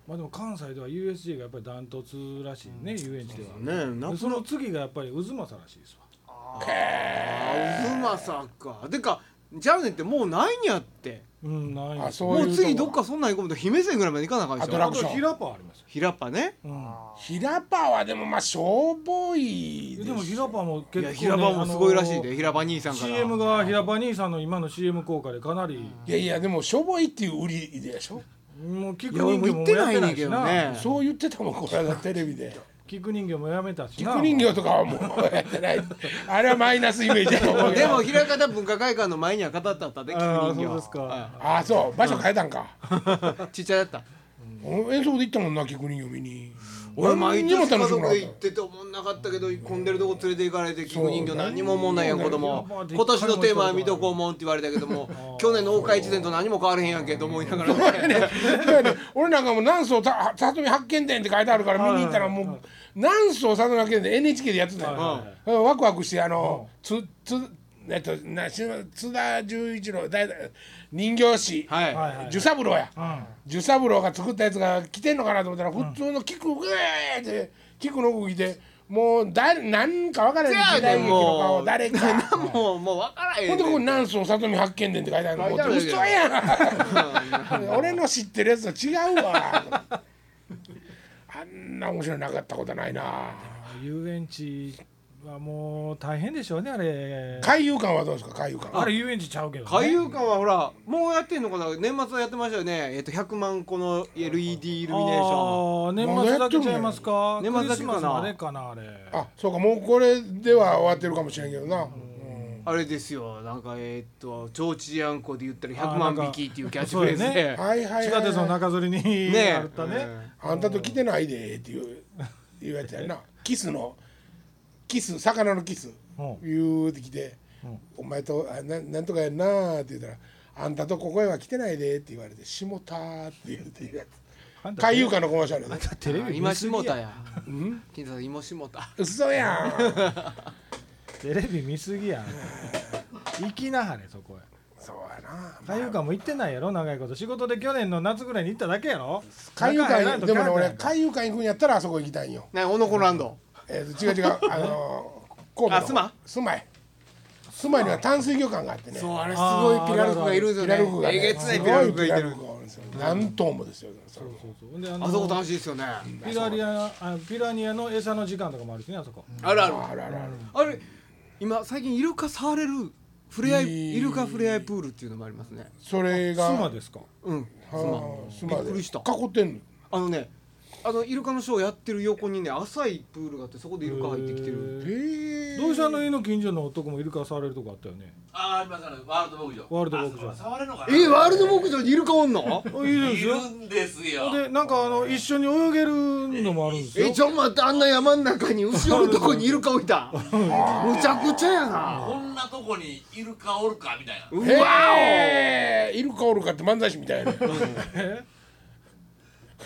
[SPEAKER 2] まあでも関西では USJ がやっぱりダントツらしいね、遊園地では
[SPEAKER 3] ねえな
[SPEAKER 2] でその次がやっぱり渦政らしいですわ
[SPEAKER 3] あうまさかてかじゃあねってもうないんやって
[SPEAKER 2] うんない
[SPEAKER 1] あそう
[SPEAKER 3] も
[SPEAKER 1] いう
[SPEAKER 3] う
[SPEAKER 1] とこ
[SPEAKER 3] 次どっかそんなん行こうと姫線ぐらいまで行かなあかん
[SPEAKER 1] あドラ
[SPEAKER 2] あ
[SPEAKER 1] ゴ
[SPEAKER 3] でしょ
[SPEAKER 1] ン
[SPEAKER 2] と平パーありますよ、
[SPEAKER 3] 平っぱね
[SPEAKER 2] うん
[SPEAKER 1] 平パはでもまあ消防い
[SPEAKER 2] でも平パーも
[SPEAKER 3] い
[SPEAKER 2] 結構、
[SPEAKER 3] や
[SPEAKER 2] ね、
[SPEAKER 3] 平場もすごいらしい
[SPEAKER 2] あ
[SPEAKER 3] で
[SPEAKER 2] の
[SPEAKER 3] 平場兄さんから
[SPEAKER 2] CM が平パー兄さんの今の CM 効果でかなり、
[SPEAKER 1] いやいやでも消防いっていう売りでしょ
[SPEAKER 2] もう聞
[SPEAKER 3] い
[SPEAKER 2] く
[SPEAKER 3] や俺
[SPEAKER 2] 人形
[SPEAKER 3] も行
[SPEAKER 2] も
[SPEAKER 3] って
[SPEAKER 2] や
[SPEAKER 3] な
[SPEAKER 2] って
[SPEAKER 3] い
[SPEAKER 2] な
[SPEAKER 3] ね
[SPEAKER 2] い
[SPEAKER 3] んけ
[SPEAKER 2] し
[SPEAKER 3] ど
[SPEAKER 2] な
[SPEAKER 3] ね
[SPEAKER 1] そう言ってたもんこの間テレビで
[SPEAKER 2] 聞く人形もやめたしな
[SPEAKER 1] 菊人形とかはもうやってないあれはマイナスイメージやと思うけ
[SPEAKER 3] で
[SPEAKER 1] ど
[SPEAKER 3] も平方文化会館の前には語ったったで、
[SPEAKER 2] ああ
[SPEAKER 3] 菊人形
[SPEAKER 2] そうですか
[SPEAKER 3] は
[SPEAKER 1] ああそう場所変えたんか
[SPEAKER 3] いちっちゃいだった
[SPEAKER 1] ううん遠足で行ったもんな菊人嫁に
[SPEAKER 3] 俺毎
[SPEAKER 1] にも
[SPEAKER 3] 年家
[SPEAKER 1] しく
[SPEAKER 3] 族
[SPEAKER 1] なかっ
[SPEAKER 3] で行ってて思んなかったけど混んでるとこ連れて行かれて菊人形何にも思んないやん
[SPEAKER 1] そう
[SPEAKER 3] 子供
[SPEAKER 2] まあで
[SPEAKER 3] 今年のテーマは見とこうもんって言われたけども去年の大岡越前と何も変わらへんやんけと思いながらね
[SPEAKER 1] たそうやね俺なんかもう南宋た里見八犬伝って書いてあるから見に行ったらもう南宋里見八犬伝 NHK でやってたよ
[SPEAKER 2] は
[SPEAKER 1] うんワクワクしてあのつつえっとなし津田十一郎だだ人形師
[SPEAKER 3] はい、
[SPEAKER 2] いはいはい
[SPEAKER 1] 寿三郎や
[SPEAKER 2] うん
[SPEAKER 1] 寿三郎が作ったやつが来てんのかなと思ったら普通の菊グーって菊の服着てもう誰何か分からない時代劇の
[SPEAKER 3] も
[SPEAKER 1] 顔
[SPEAKER 3] う
[SPEAKER 1] 誰か。
[SPEAKER 3] [laughs] もうもう分からへ
[SPEAKER 1] ほ
[SPEAKER 3] んね
[SPEAKER 1] ん
[SPEAKER 3] ん
[SPEAKER 1] でここに南宋里見八犬伝って書いてあるの
[SPEAKER 3] 書いてある
[SPEAKER 1] 嘘やん [laughs] 俺の知ってるやつと違うわあんな面白いなかったことないな
[SPEAKER 2] 遊園地はもう大変でしょうねあれ
[SPEAKER 1] 海遊館はどうですか海遊館
[SPEAKER 2] あれ遊園地ちゃうけど、ね、
[SPEAKER 3] 海遊館はほらもうやってんのかな年末はやってましたよねえっと100万個の LED イルミネーション
[SPEAKER 2] あー年末だけちゃいますか
[SPEAKER 3] 年末だけかな
[SPEAKER 2] クリスマスまでかなあれ
[SPEAKER 1] あそうかもうこれでは終わってるかもしれんけどな、
[SPEAKER 3] あれですよなんかえっとちょうちやんこで言ったら
[SPEAKER 2] あーな
[SPEAKER 3] 100
[SPEAKER 2] んか
[SPEAKER 3] 万匹っていうキャッチフレーズ
[SPEAKER 2] そう
[SPEAKER 3] で
[SPEAKER 2] や
[SPEAKER 1] うんはいはいはい、
[SPEAKER 2] 地下鉄の中吊りに
[SPEAKER 3] ね
[SPEAKER 2] あったね
[SPEAKER 3] うん
[SPEAKER 1] あんたと来てないでっていう言うやつや
[SPEAKER 2] [laughs]
[SPEAKER 1] なキスのキス魚のキス
[SPEAKER 2] うん
[SPEAKER 1] 言うてきて
[SPEAKER 2] うん
[SPEAKER 1] 「お前とあななんとかやんな」って言ったら「あんたとここへは来てないで」って言われて「下田」って言うて言うや
[SPEAKER 2] [laughs] あん
[SPEAKER 1] つ
[SPEAKER 2] た
[SPEAKER 1] 海遊館のコマーシャル
[SPEAKER 2] [laughs]
[SPEAKER 1] やで
[SPEAKER 2] テレビ見すぎ
[SPEAKER 3] 今下田や
[SPEAKER 1] うん
[SPEAKER 3] 金さん今下田
[SPEAKER 1] 嘘
[SPEAKER 2] [laughs]
[SPEAKER 1] やん
[SPEAKER 2] テレビ見すぎや行きなはれそこへ
[SPEAKER 1] そうやな
[SPEAKER 2] 海遊館も行ってないやろ長いこと仕事で去年の夏ぐらいに行っただけやろ
[SPEAKER 1] 海遊
[SPEAKER 2] 中入らん
[SPEAKER 1] 館
[SPEAKER 2] と
[SPEAKER 1] でもね
[SPEAKER 2] 帰らん
[SPEAKER 1] 俺
[SPEAKER 2] やんか
[SPEAKER 1] 海遊館行くんやったらあそこ行きたいんよ、
[SPEAKER 3] ねおのこランド
[SPEAKER 1] えーと違う違うあのー、神戸の
[SPEAKER 3] あスマ
[SPEAKER 1] スマイスマイには淡水魚館があってね
[SPEAKER 3] そうあれす
[SPEAKER 2] ご
[SPEAKER 3] ご
[SPEAKER 2] い
[SPEAKER 3] い
[SPEAKER 2] ピ
[SPEAKER 3] ピ
[SPEAKER 2] ラ
[SPEAKER 3] ラ
[SPEAKER 2] ル
[SPEAKER 3] ル
[SPEAKER 2] クが
[SPEAKER 3] クが
[SPEAKER 2] い
[SPEAKER 3] い
[SPEAKER 2] る
[SPEAKER 3] る
[SPEAKER 1] んで
[SPEAKER 3] んですす
[SPEAKER 1] よね
[SPEAKER 3] よねえげつないピラルク
[SPEAKER 1] すごい
[SPEAKER 3] がいる
[SPEAKER 1] ピラルクがおるんですよ何頭もですよそ
[SPEAKER 2] そう
[SPEAKER 1] れ
[SPEAKER 2] そうそうであの
[SPEAKER 3] あそこ楽しいですよね
[SPEAKER 2] ピラリアあピラニアの餌の時間とかもあるしねあそこ
[SPEAKER 3] あるある
[SPEAKER 1] あるあるある
[SPEAKER 3] あれ今最近イルカ触れるふれあ
[SPEAKER 1] えー
[SPEAKER 3] いイルカふれあいプールっていうのもありますね
[SPEAKER 1] それが
[SPEAKER 2] 妻ですか
[SPEAKER 3] うん
[SPEAKER 1] はあスマ
[SPEAKER 3] びっくりした
[SPEAKER 1] 囲ってんの
[SPEAKER 3] あのねあのイルカのショーやってる横にね浅いプールがあってそこでイルカ入ってきてる
[SPEAKER 1] へえ
[SPEAKER 2] どうしたの家の近所の男もイルカ触れるとこあったよね
[SPEAKER 5] あーありますありますワールド牧場
[SPEAKER 2] ワールド牧場
[SPEAKER 5] あそう触れるのか
[SPEAKER 3] え
[SPEAKER 5] な
[SPEAKER 3] ー、ワールド牧場にイルカおんの
[SPEAKER 2] あいいで
[SPEAKER 5] い
[SPEAKER 2] すよ
[SPEAKER 5] るんですよ
[SPEAKER 2] でなんかあの一緒に泳げるのもあるんですよ
[SPEAKER 3] えちょっと待ってあんな山ん中に後ろのとこにイルカ置い [laughs] たむちゃくちゃやな
[SPEAKER 5] こんなとこにイルカおるかみたいな
[SPEAKER 3] うわ
[SPEAKER 1] へえいるかおるかって漫才師みたいな
[SPEAKER 3] [laughs]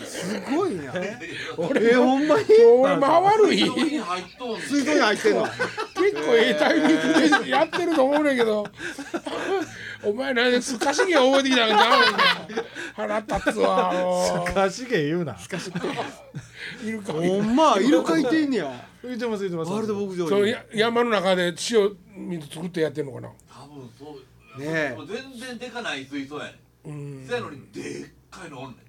[SPEAKER 3] すごいなえほんまに
[SPEAKER 1] 俺間悪い
[SPEAKER 5] 水槽
[SPEAKER 1] 結
[SPEAKER 5] に入っとんねん
[SPEAKER 3] 水槽に入ってんの
[SPEAKER 1] 構ええタイミングでやってると思うねんけどお前何ですかしげ覚えてきたんかな腹立つわも
[SPEAKER 2] かしげ言うな
[SPEAKER 1] ういるか
[SPEAKER 3] [laughs] ほんまイルカいてんねやワ
[SPEAKER 2] 浮いてます浮いてます
[SPEAKER 3] ールド牧
[SPEAKER 1] そ
[SPEAKER 3] 場
[SPEAKER 1] の
[SPEAKER 3] に
[SPEAKER 1] や山の中で塩水作ってやってんのかな
[SPEAKER 5] 多分そう
[SPEAKER 3] ねえ
[SPEAKER 5] もう全然でかない水槽やねんせやのにでっかいのおんねん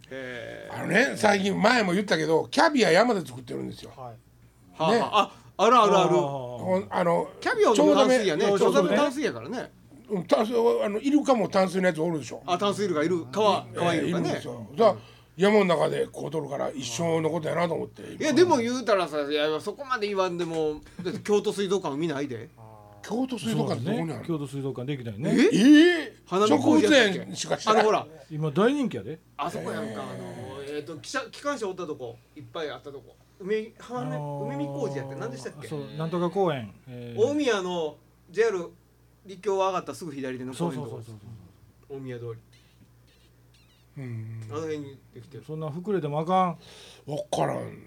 [SPEAKER 1] あのね最近前も言ったけどキャビア山で作ってるんですよ
[SPEAKER 4] はい
[SPEAKER 3] はあ
[SPEAKER 1] ね
[SPEAKER 3] はああるあるある
[SPEAKER 1] ほんあの
[SPEAKER 3] キャビアも淡水やね
[SPEAKER 2] ちょう
[SPEAKER 3] ちょう
[SPEAKER 2] ど
[SPEAKER 3] ど
[SPEAKER 2] ね
[SPEAKER 3] 淡水やからね
[SPEAKER 1] うん淡水あのイルカも淡水のやつおるでしょ
[SPEAKER 3] あ淡水イルカいる川川
[SPEAKER 1] え
[SPEAKER 3] イルカ
[SPEAKER 1] ーいるん
[SPEAKER 3] ね
[SPEAKER 1] ですよだから山の中でこう取るから一生のことやなと思って
[SPEAKER 3] いやでも言うたらさいやそこまで言わんでもだって京都水道館見ないで
[SPEAKER 1] 京都水
[SPEAKER 2] そ
[SPEAKER 1] 族
[SPEAKER 2] うだ
[SPEAKER 1] 館ってどこにあ
[SPEAKER 2] ね
[SPEAKER 1] るの
[SPEAKER 2] 京都水族館できないね
[SPEAKER 1] え
[SPEAKER 3] 花
[SPEAKER 1] ー、
[SPEAKER 3] 見
[SPEAKER 1] 植
[SPEAKER 3] 工事や
[SPEAKER 1] 物
[SPEAKER 3] ったっけ
[SPEAKER 1] 園しかして
[SPEAKER 3] あ
[SPEAKER 1] な
[SPEAKER 3] の
[SPEAKER 1] い
[SPEAKER 3] ほら
[SPEAKER 2] 今大人気やで
[SPEAKER 3] あそこやんかあのえっと汽車機関車おったとこいっぱいあったとこ梅浜
[SPEAKER 2] あ
[SPEAKER 3] ね
[SPEAKER 2] のー
[SPEAKER 3] 梅見工事やって何でしたっけ
[SPEAKER 2] そうなんとか公園えー
[SPEAKER 3] 大宮の JR 立教上がったすぐ左手の
[SPEAKER 2] そう
[SPEAKER 3] 公園
[SPEAKER 2] そ
[SPEAKER 3] の
[SPEAKER 2] う
[SPEAKER 3] と
[SPEAKER 2] そ
[SPEAKER 3] こ
[SPEAKER 2] うそう
[SPEAKER 3] 大宮通り
[SPEAKER 1] うん
[SPEAKER 3] あの辺にできてる
[SPEAKER 2] そんな膨れてもあかん
[SPEAKER 1] 分からん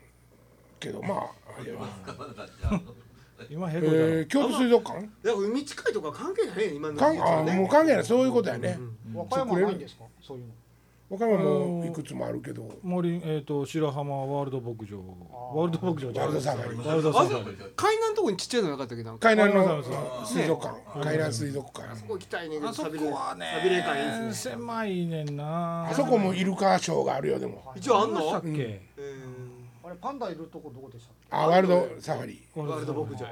[SPEAKER 1] けどまああれは、
[SPEAKER 2] 今へ
[SPEAKER 1] え
[SPEAKER 2] こいたの
[SPEAKER 1] ー、京都水族館
[SPEAKER 3] だから海近いとか関係ないね今の
[SPEAKER 1] か
[SPEAKER 3] 技術
[SPEAKER 1] んあ
[SPEAKER 3] は
[SPEAKER 1] もう
[SPEAKER 3] ね
[SPEAKER 1] 関係ないそういうことやね
[SPEAKER 3] うん
[SPEAKER 4] 和歌山はないんですかそういうの
[SPEAKER 1] 他はもういくつもあるけど
[SPEAKER 2] 森えっと白浜ワールド牧場ワールド牧場じゃ
[SPEAKER 1] ワー
[SPEAKER 2] ん
[SPEAKER 1] ルドサファリ
[SPEAKER 2] ワールドサ
[SPEAKER 3] あ
[SPEAKER 2] フ
[SPEAKER 3] そ
[SPEAKER 2] ァ
[SPEAKER 3] こ
[SPEAKER 2] リ
[SPEAKER 3] 海南のとこにちっちゃいのなかったっけなんか
[SPEAKER 1] 海南
[SPEAKER 2] わかり
[SPEAKER 1] の
[SPEAKER 2] ますわかります
[SPEAKER 1] 水族館海南水族館
[SPEAKER 3] ここ行きたいねんけど
[SPEAKER 2] あそこ
[SPEAKER 3] サビレ
[SPEAKER 2] は
[SPEAKER 3] サビレ感いい
[SPEAKER 2] ね
[SPEAKER 3] ですね
[SPEAKER 2] 狭いねんな
[SPEAKER 1] あそこもイルカショーがあるよでも
[SPEAKER 3] 一応あん
[SPEAKER 2] どうしたっけ
[SPEAKER 3] のえー
[SPEAKER 4] あれパンダいるとこどこでしたっけ
[SPEAKER 1] あワールドサファリ
[SPEAKER 3] ワールド牧場
[SPEAKER 4] あ
[SPEAKER 3] や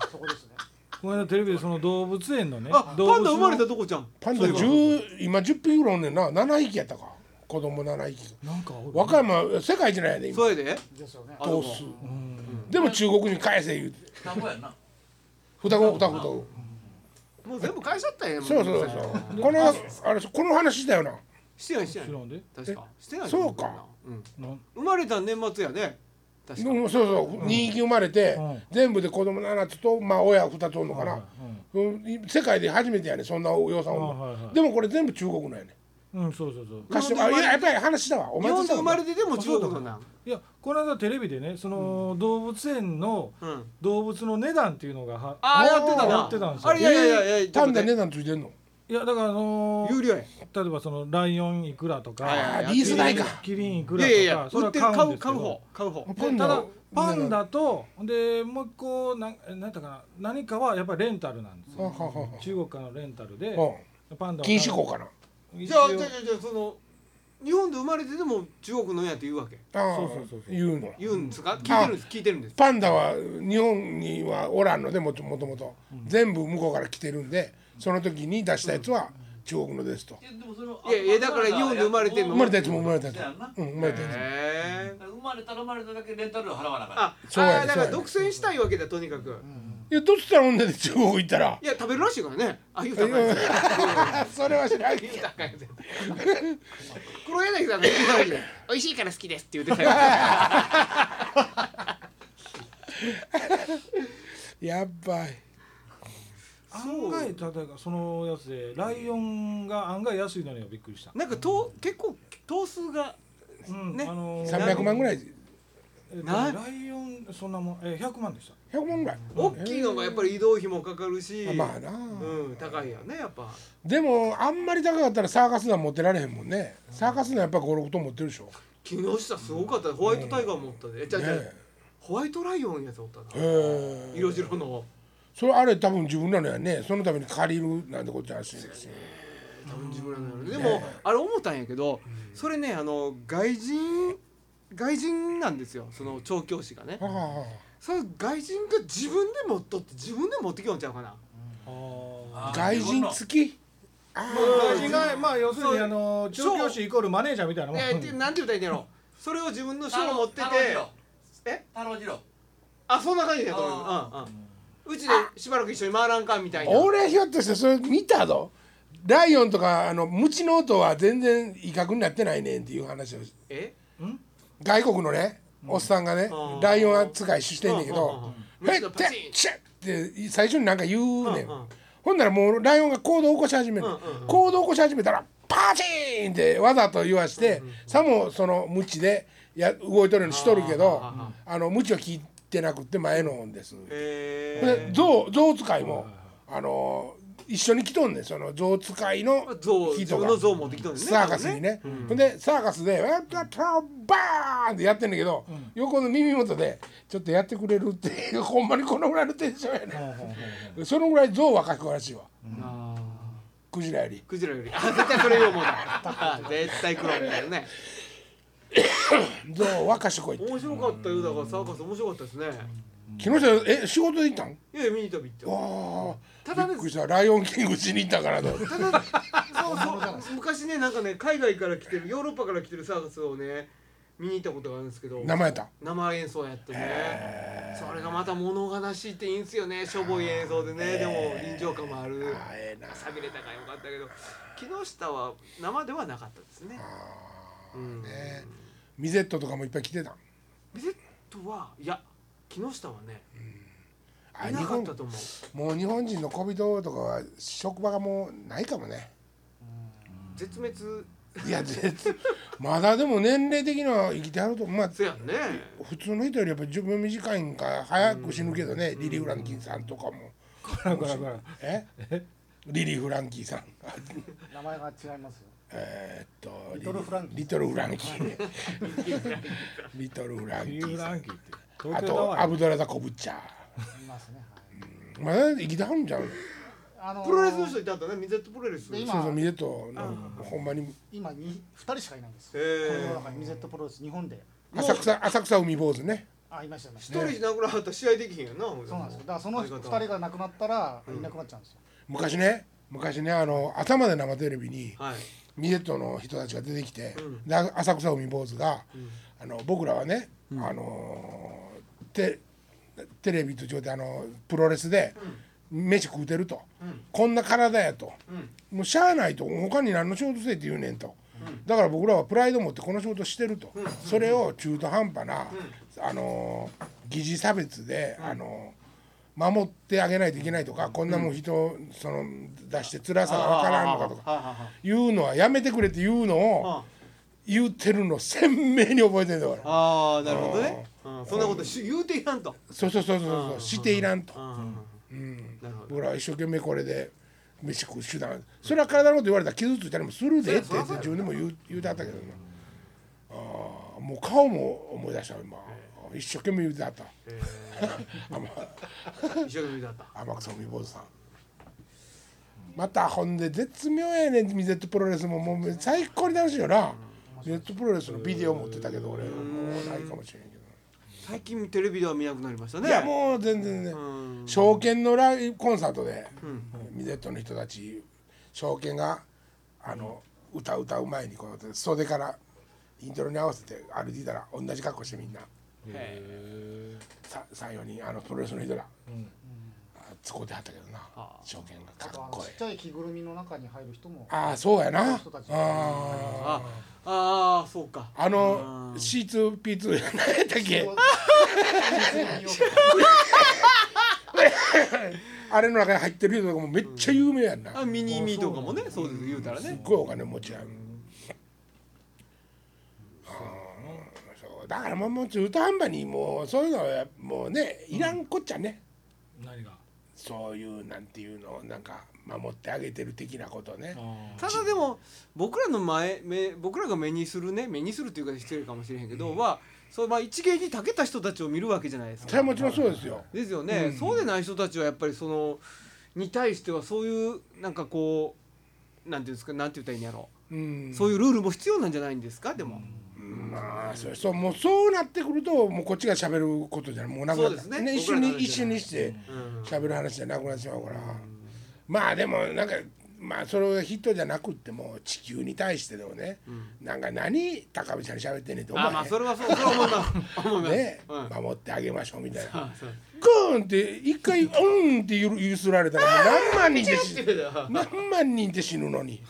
[SPEAKER 4] あそこですね
[SPEAKER 2] この間テレビでその動物園のね
[SPEAKER 3] あ
[SPEAKER 2] 動物
[SPEAKER 3] パンダ生まれた
[SPEAKER 2] の
[SPEAKER 3] とこじゃん
[SPEAKER 1] パンダ10今10匹ぐらいおんねんな7匹やったか子供7匹
[SPEAKER 2] なんかおる
[SPEAKER 1] 和歌山世界一なんやで今
[SPEAKER 3] そうやで
[SPEAKER 4] ですよね
[SPEAKER 3] あ
[SPEAKER 1] 頭
[SPEAKER 3] の
[SPEAKER 1] 数
[SPEAKER 2] うん
[SPEAKER 1] でも中国に返せ言うて
[SPEAKER 5] 双子やんな
[SPEAKER 1] 双子双子双子
[SPEAKER 3] もう全部返しちゃったんやもん
[SPEAKER 1] そうそうそうこのあれこの話だよな
[SPEAKER 3] してないして
[SPEAKER 2] 知
[SPEAKER 3] ない
[SPEAKER 2] らんで
[SPEAKER 3] 確かしてない
[SPEAKER 1] そうか
[SPEAKER 3] うんうん
[SPEAKER 2] なん
[SPEAKER 3] 生まれた年末やね確か
[SPEAKER 1] うんそうそう二匹生まれて、
[SPEAKER 2] うん
[SPEAKER 1] 全部で子供7つと、まあ、親2つおんのかな、
[SPEAKER 2] はい
[SPEAKER 1] うん世界で初めてやねそんな養蚕おんの、
[SPEAKER 2] はいはいはい
[SPEAKER 1] でもこれ全部中国のやね
[SPEAKER 2] うんそうそうそう
[SPEAKER 1] 貸してもあいややっぱり話だわお
[SPEAKER 3] 日
[SPEAKER 1] 前と
[SPEAKER 3] 本
[SPEAKER 1] し
[SPEAKER 3] で
[SPEAKER 1] たら
[SPEAKER 3] 生まれてでも中国なん
[SPEAKER 2] いやこの間テレビでねその、動物園の
[SPEAKER 3] うん
[SPEAKER 2] 動物の値段っていうのがは
[SPEAKER 3] ああやってた
[SPEAKER 2] やって
[SPEAKER 3] な
[SPEAKER 2] たんですよ
[SPEAKER 3] あれいやいやいやいや
[SPEAKER 1] 単で
[SPEAKER 3] ね
[SPEAKER 1] 値段ついてんの
[SPEAKER 2] いやだからあのー
[SPEAKER 3] 有料や
[SPEAKER 2] 例えばそのライオンいくらとか、
[SPEAKER 3] はいはい
[SPEAKER 1] あーリース代か
[SPEAKER 2] キリンいく
[SPEAKER 3] い
[SPEAKER 2] らと
[SPEAKER 3] や
[SPEAKER 2] か、
[SPEAKER 3] いやいや
[SPEAKER 2] それ
[SPEAKER 3] 売
[SPEAKER 2] は
[SPEAKER 3] って
[SPEAKER 2] 買
[SPEAKER 3] る買
[SPEAKER 2] うん
[SPEAKER 3] う
[SPEAKER 2] ですけ
[SPEAKER 3] 買
[SPEAKER 2] ど
[SPEAKER 3] う方買う方
[SPEAKER 2] でただパン
[SPEAKER 1] は
[SPEAKER 2] ダとでもう一個なんなんだかな何かはやっぱりレンタルなんです
[SPEAKER 1] あ
[SPEAKER 2] よ
[SPEAKER 1] はあは
[SPEAKER 2] 中国からのレンタルで
[SPEAKER 1] あうん
[SPEAKER 2] パンダを
[SPEAKER 1] 禁止校かな
[SPEAKER 2] 一
[SPEAKER 3] じゃあ
[SPEAKER 2] 応
[SPEAKER 3] じゃあじゃあじゃあその日本で生まれてでも中国のやって言うわけ
[SPEAKER 1] ああ
[SPEAKER 2] そうそうそうそう
[SPEAKER 1] 言うの
[SPEAKER 3] 言うんですか聞いてるんです聞いてるんです
[SPEAKER 1] パンダは日本にはおらんのでもともともと全部向こうから来てるんでその時に出したやつは中国のですと
[SPEAKER 5] いやでもそれはい
[SPEAKER 3] やいやだから日本で生まれてんの
[SPEAKER 1] 生まれたやつも生まれたやつ
[SPEAKER 5] そうやんな
[SPEAKER 1] うん生まれたやつ
[SPEAKER 3] へえ
[SPEAKER 5] 生まれたら生まれただけレンタル料払わなあかった
[SPEAKER 3] あ
[SPEAKER 1] そうや
[SPEAKER 3] あー
[SPEAKER 1] そ
[SPEAKER 3] だ
[SPEAKER 1] う
[SPEAKER 3] か
[SPEAKER 1] や
[SPEAKER 3] ら独占したいわけだとにかく
[SPEAKER 1] いやどっちだろうんで中国行ったら
[SPEAKER 3] いや食べるらしいからねあ言うたらあかんやつ
[SPEAKER 1] それは知らんけ
[SPEAKER 3] 言
[SPEAKER 1] ど
[SPEAKER 3] うたらあかんやつ黒柳さんが言ってたわけで美味しいから好きですって言ってたよ
[SPEAKER 1] やっばい
[SPEAKER 2] 案外例えばそのやつでライオンが案外安いのにはびっくりした、
[SPEAKER 3] なんかと結構頭数が
[SPEAKER 2] うん
[SPEAKER 3] ね
[SPEAKER 2] あのー
[SPEAKER 1] 300万ぐらい
[SPEAKER 2] えっと
[SPEAKER 3] な
[SPEAKER 2] ライオンそんなもんえ100万でした
[SPEAKER 1] 100万ぐらい
[SPEAKER 3] 大きいのがやっぱり移動費もかかるし
[SPEAKER 1] まあな
[SPEAKER 3] うん高いよねやっぱ
[SPEAKER 1] でもあんまり高かったらサーカス団持ってられへんもんねサーカス団やっぱ56トン持ってるでしょ
[SPEAKER 3] 木下すごかったホワイトタイガー持ったでえじゃあじゃあ
[SPEAKER 1] ね
[SPEAKER 3] ホワイトライオンやつおったな
[SPEAKER 1] えへえ
[SPEAKER 3] 色白の
[SPEAKER 1] それあれ多分自分なのやねそのために借りるなんてことらしいですよ
[SPEAKER 3] 多分自分らのやろでもあれ思ったんやけどそれねあの外人外人なんですよその調教師がね
[SPEAKER 1] はあは
[SPEAKER 3] その外人が自分で持っとって自分で持ってきよんちゃうかな
[SPEAKER 1] あ
[SPEAKER 5] あ
[SPEAKER 1] 外人付きあ
[SPEAKER 2] 外人がまあ要するに
[SPEAKER 3] そう
[SPEAKER 2] あのー調教師イコールマネージャーみたいなもん
[SPEAKER 3] えってなんて言ったらいいんやろそれを自分の書を持っててえ
[SPEAKER 5] 太郎次郎
[SPEAKER 3] あそんな感じだと思ううん
[SPEAKER 5] あ
[SPEAKER 3] うんうちでしばらく一緒に回らんかみたいな
[SPEAKER 1] 俺ひょっとしてそれ見たぞライオンとかあのムチの音は全然威嚇になってないねんっていう話を
[SPEAKER 3] え
[SPEAKER 1] 外国のねおっさんがね
[SPEAKER 3] うん
[SPEAKER 1] ライオン扱いしてんねんけ
[SPEAKER 3] うんう
[SPEAKER 1] ど
[SPEAKER 3] ん
[SPEAKER 1] 「
[SPEAKER 3] うん
[SPEAKER 1] へっ
[SPEAKER 3] パチ
[SPEAKER 1] て
[SPEAKER 3] ン
[SPEAKER 1] チェッ!」って最初になんか言うねん
[SPEAKER 3] うんうん
[SPEAKER 1] ほんならもうライオンが行動を起こし始める
[SPEAKER 3] うんうんうん
[SPEAKER 1] 行動を起こし始めたらパチーンってわざと言わしてさもそのムチでや動いとるようにしとるけど
[SPEAKER 3] あ
[SPEAKER 1] あのムチを切ってなくって前のんです。
[SPEAKER 3] え
[SPEAKER 1] で象象使いもあの一緒に来とんねんその象使いの
[SPEAKER 3] 象自
[SPEAKER 1] 人
[SPEAKER 3] 分
[SPEAKER 1] が
[SPEAKER 3] の象持ってきたんですね
[SPEAKER 1] サーカスにね、ほんでサーカスで「わっぱトラバーン!」ってやってんだけど、横の耳元で「ちょっとやってくれる」っていう [laughs] ほんまにこのぐらいのテンションやね、ん、そのぐらい象はかくらしいわ
[SPEAKER 3] あー
[SPEAKER 1] クジラより
[SPEAKER 3] クジラよりあ絶対それよ
[SPEAKER 1] [laughs]
[SPEAKER 3] もうだ絶対黒みたいなね
[SPEAKER 1] 象は賢いって
[SPEAKER 3] 面白かったよだからサーカス面白かったですね
[SPEAKER 1] 木下え仕事で行ったん
[SPEAKER 3] いやいや見に行った見に行った
[SPEAKER 1] あ
[SPEAKER 3] た
[SPEAKER 1] あ
[SPEAKER 3] だ
[SPEAKER 1] びっ
[SPEAKER 3] ね
[SPEAKER 1] くりしたライオンキングしに行ったからと思って
[SPEAKER 3] ただそうそう昔ねなんかね海外から来てるヨーロッパから来てるサーカスをね見に行ったことがあるんですけど
[SPEAKER 1] 名前やった
[SPEAKER 3] 生演奏やってねそれがまた物悲しいっていいんですよねしょぼい演奏でねでも臨場感もある
[SPEAKER 1] あええな
[SPEAKER 3] さびれたからよかったけど木下は生ではなかったですねうん
[SPEAKER 1] ねミゼットとかもいっぱい来てたん
[SPEAKER 3] ビゼットはいや木下はね
[SPEAKER 1] あ
[SPEAKER 3] いなかったと思う
[SPEAKER 1] もう日本人の小人とかは職場がもうないかもね
[SPEAKER 3] 絶滅
[SPEAKER 1] いや絶まだでも年齢的には生きてはるとまあ
[SPEAKER 3] せやんね
[SPEAKER 1] 普通の人よりやっぱ寿命短いんか早く死ぬけどねリリー・フランキーさんとかも
[SPEAKER 2] ほらほら [laughs] ほら
[SPEAKER 1] えリリー・フランキーさん
[SPEAKER 4] 名前が違いますよ。
[SPEAKER 1] えーっと
[SPEAKER 4] リトルフランキー
[SPEAKER 1] リトル・フランキーリトル・フランキ
[SPEAKER 2] リ
[SPEAKER 1] ー
[SPEAKER 2] ュウランキーって
[SPEAKER 1] あ
[SPEAKER 2] 東京タワ
[SPEAKER 1] と
[SPEAKER 2] ー
[SPEAKER 1] アブドラザ・コブッチャー
[SPEAKER 4] いますね。はい
[SPEAKER 1] まだ生きてはるんじゃん
[SPEAKER 4] あのー
[SPEAKER 3] プロレスの人いたんだねミゼットプロレス
[SPEAKER 4] で
[SPEAKER 3] へ
[SPEAKER 4] 今
[SPEAKER 1] そうそうミゼットのほんまに
[SPEAKER 4] 今に二人しかいないんですよ。この世の
[SPEAKER 3] え
[SPEAKER 4] 中にミゼットプロレス日本で。
[SPEAKER 1] 浅草浅草海坊主ね
[SPEAKER 4] あいましたいまし
[SPEAKER 3] 一
[SPEAKER 4] た。
[SPEAKER 3] 人殴らはったら試合できへんやんな
[SPEAKER 4] そうなんですよ。だからその二人
[SPEAKER 3] は
[SPEAKER 4] が亡くなったらいなくなっちゃうんですよ。
[SPEAKER 1] 昔ね昔ねあの朝まで生テレビに
[SPEAKER 3] はい
[SPEAKER 1] ミネットの人たちが出てきて、
[SPEAKER 3] うん
[SPEAKER 1] で浅草海坊主が、あの僕らはね、あのーテテレビと違ってあのプロレスで飯食うてると、こんな体やと、もうしゃあないと他に何の仕事せえって言うねんと、だから僕らはプライド持ってこの仕事してると、それを中途半端な、あのー疑似差別で、あのー守ってあげないといけないとか、こんなもん人その出して辛さがわからんのかとか
[SPEAKER 3] はいはいはい
[SPEAKER 1] 言うのはやめてくれって言うのを
[SPEAKER 3] あ
[SPEAKER 1] 言ってるの鮮明に覚えてるんだから。
[SPEAKER 3] あーなるほどね、うん、そんなことし言うていらんと、
[SPEAKER 1] そうそうそうそうそう、していらんと、
[SPEAKER 3] うん、
[SPEAKER 1] うん、
[SPEAKER 3] なるほど
[SPEAKER 1] 僕らは一生懸命これで飯食う手段それは体のこと言われたら傷ついたりもするでって
[SPEAKER 3] そりゃそうや
[SPEAKER 1] 自分でも言う言うてあったけどなあーもう顔も思い出した今一生懸命言うてあった甘
[SPEAKER 3] 一生懸命だった
[SPEAKER 1] 天草美坊主さんまたほんで絶妙やねんミゼットプロレスももう最高に楽しいよなミゼットプロレスのビデオ持ってたけど俺もうないかもしれんけど
[SPEAKER 3] 最近テレビでは見なくなりましたね
[SPEAKER 1] いやもう全然ね、
[SPEAKER 3] うん
[SPEAKER 1] 証券のライブコンサートで、
[SPEAKER 3] ん
[SPEAKER 1] ミゼットの人たち証券があの歌歌う前にこう袖からイントロに合わせて歩いていたら同じ格好してみんな
[SPEAKER 3] へ
[SPEAKER 1] 34人あのプロレスの人ら、あ
[SPEAKER 2] ん
[SPEAKER 1] つこではったけどな
[SPEAKER 3] あ
[SPEAKER 1] 証券が
[SPEAKER 4] あ
[SPEAKER 1] か
[SPEAKER 4] と
[SPEAKER 1] っ
[SPEAKER 4] あの
[SPEAKER 1] こ
[SPEAKER 4] ち
[SPEAKER 1] え
[SPEAKER 4] っ
[SPEAKER 1] え
[SPEAKER 4] ちゃい着ぐるみの中に入る人も
[SPEAKER 1] ああそうやなあ
[SPEAKER 4] 人たち
[SPEAKER 3] ー
[SPEAKER 1] あ
[SPEAKER 3] ああーそうか
[SPEAKER 1] ーあの C2P2 [laughs] 何やったっけあれの中に入ってる人とかもめっちゃ有名やんな、
[SPEAKER 3] あミニミとかもねそうです言うたら
[SPEAKER 1] すっ
[SPEAKER 3] ね
[SPEAKER 1] ごいお金持ちやん。あーそうだからもうもう中途半端にもうそういうのはもうねいらんこっちゃね、
[SPEAKER 2] 何が
[SPEAKER 1] そういうなんていうのをなんか守ってあげてる的なことね。
[SPEAKER 3] ただでも僕らの前目僕らが目にするね目にするっていうか失礼かもしれへんけど、はそうまあ一芸に長けた人たちを見るわけじゃないです
[SPEAKER 1] それは
[SPEAKER 3] か
[SPEAKER 1] もちろんそうですよ。
[SPEAKER 3] ですよね、そうでない人たちはやっぱりそのに対してはそういうなんかこうなんていうんですかなんて言ったらいいんやろ
[SPEAKER 1] うん、
[SPEAKER 3] そういうルールも必要なんじゃないんですかでも、
[SPEAKER 1] まあそうそうもうそうなってくるともうこっちが喋ることじゃもうなくなった
[SPEAKER 3] そうですね
[SPEAKER 1] 一
[SPEAKER 3] 僕
[SPEAKER 1] 緒
[SPEAKER 3] らの
[SPEAKER 1] に
[SPEAKER 3] 話
[SPEAKER 1] 一
[SPEAKER 3] じ
[SPEAKER 1] 緒
[SPEAKER 3] ゃない
[SPEAKER 1] にして
[SPEAKER 3] うん
[SPEAKER 1] 喋る話じゃなくなってしまうから、まあでもなんかまあそれがヒットじゃなくっても地球に対してでもね、なんか何高見さんに喋ってんねんって思
[SPEAKER 3] あま
[SPEAKER 1] わ
[SPEAKER 3] あ
[SPEAKER 1] へん
[SPEAKER 3] それはそうそれは思
[SPEAKER 1] [laughs]
[SPEAKER 3] います思います、
[SPEAKER 1] ね、
[SPEAKER 3] うん
[SPEAKER 1] 守ってあげましょうみたいな。
[SPEAKER 3] あそう
[SPEAKER 1] グーンって一回うんってゆるゆすられたらもう何万人って
[SPEAKER 3] [laughs]
[SPEAKER 1] 死ぬ何万人って死ぬのに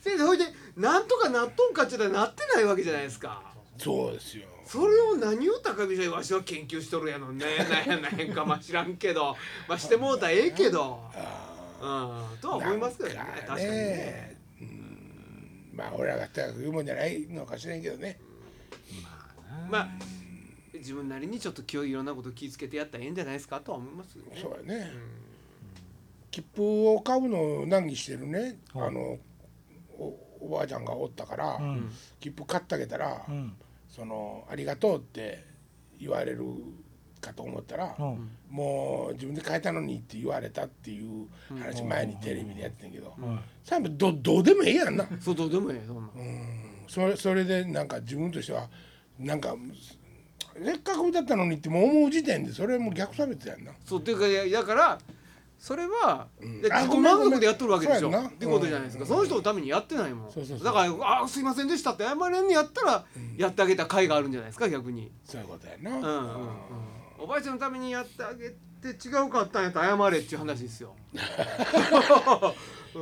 [SPEAKER 3] 先生ほいでなんとかなっとんかって言ったらなってないわけじゃないですか
[SPEAKER 1] そうですよ
[SPEAKER 3] それを何を高見さんわしは研究しとるやのね [laughs] なんやなんやかまあ知らんけどまあしてもうたらええけどうんとは思いますけどね
[SPEAKER 1] なん
[SPEAKER 3] 確かにね
[SPEAKER 1] うんまあ俺らが高く言うもんじゃないのかしらんけどね
[SPEAKER 3] まあ自分なりにちょっと気をいろんなこと気ぃつけてやったらええんじゃないですかとは思いますよね
[SPEAKER 1] そうやね、切符を買うのを難儀してるね、あのおおばあちゃんがおったから、
[SPEAKER 2] ん
[SPEAKER 1] 切符買ってあげたら、
[SPEAKER 2] うん
[SPEAKER 1] その「ありがとう」って言われるかと思ったら、
[SPEAKER 2] うん
[SPEAKER 1] もう自分で変えたのにって言われたっていう話前にテレビでやってんけど、
[SPEAKER 2] はい
[SPEAKER 1] さん、どどうでもええやんな、
[SPEAKER 3] そうどうでもええそん
[SPEAKER 1] そ
[SPEAKER 3] なん
[SPEAKER 1] れそれでなんか自分としてはなんかせっかく歌ったのにってもう思う時点でそれもう逆差別やんな。
[SPEAKER 3] そうっていうかいやだからそれは、で
[SPEAKER 1] あ
[SPEAKER 3] 自己
[SPEAKER 1] ごめん
[SPEAKER 3] 満足でやっとるわけでしょ
[SPEAKER 1] ごめんそうやんな
[SPEAKER 3] ってことじゃないですか、その人のためにやってないもん
[SPEAKER 1] そうそうそう
[SPEAKER 3] だから「あすいませんでした」って謝れんのやったら、やってあげた甲斐があるんじゃないですか逆に、
[SPEAKER 1] そういうことや
[SPEAKER 3] うんうん
[SPEAKER 1] な、
[SPEAKER 3] うんおばあちゃんのためにやってあげて違うかったんやったら謝れっていう話です
[SPEAKER 1] [laughs]
[SPEAKER 3] よ、う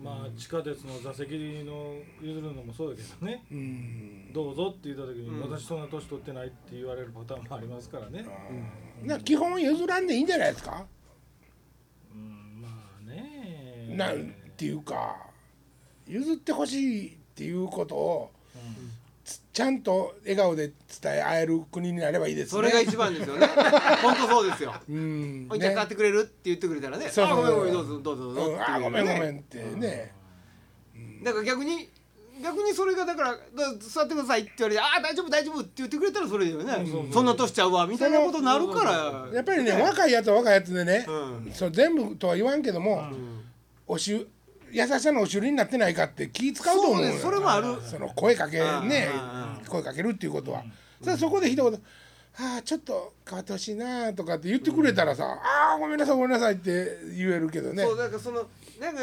[SPEAKER 3] ん、
[SPEAKER 2] まあ地下鉄の座席の譲るのもそうだけどね
[SPEAKER 1] うん
[SPEAKER 2] どうぞって言った時に、
[SPEAKER 3] うん
[SPEAKER 2] 私そんな年取ってないって言われるパターンもありますからね
[SPEAKER 1] な基本譲らんでいいんじゃないですか、
[SPEAKER 2] うんまあね
[SPEAKER 1] なんていうか譲ってほしいっていうことをつちゃんと笑顔で伝え合える国になればいいですね。
[SPEAKER 3] それが一番で
[SPEAKER 1] [laughs]
[SPEAKER 3] すよね本当そうですよ
[SPEAKER 1] うん
[SPEAKER 3] 「おいちゃん買ってくれる?」って言ってくれたらね「
[SPEAKER 1] そうそう
[SPEAKER 3] あごめんごめんどうぞどうぞどうぞ」
[SPEAKER 1] うんあーごめんごめんってね、
[SPEAKER 3] だから逆に逆にそれがだからだ座ってくださいって言われて「ああ大丈夫大丈夫」って言ってくれたらそれだよね、そんな年ちゃうわみたいなことになるから
[SPEAKER 1] やっぱりね若いやつは若いやつでね、
[SPEAKER 3] うん
[SPEAKER 1] そう全部とは言わんけども、おしゅ優しさのおしゅりになってないかって気使うと思う
[SPEAKER 3] そう
[SPEAKER 1] の
[SPEAKER 3] で
[SPEAKER 1] よ
[SPEAKER 3] すそれもある
[SPEAKER 1] その声かけ
[SPEAKER 3] うん
[SPEAKER 1] ね
[SPEAKER 3] うん
[SPEAKER 1] 声かけるっていうことは、さあそこで一言「ああちょっと変わってほしいな」とかって言ってくれたらさ「ああごめんなさいごめんなさい」って言えるけどね
[SPEAKER 3] そうだからそのなんか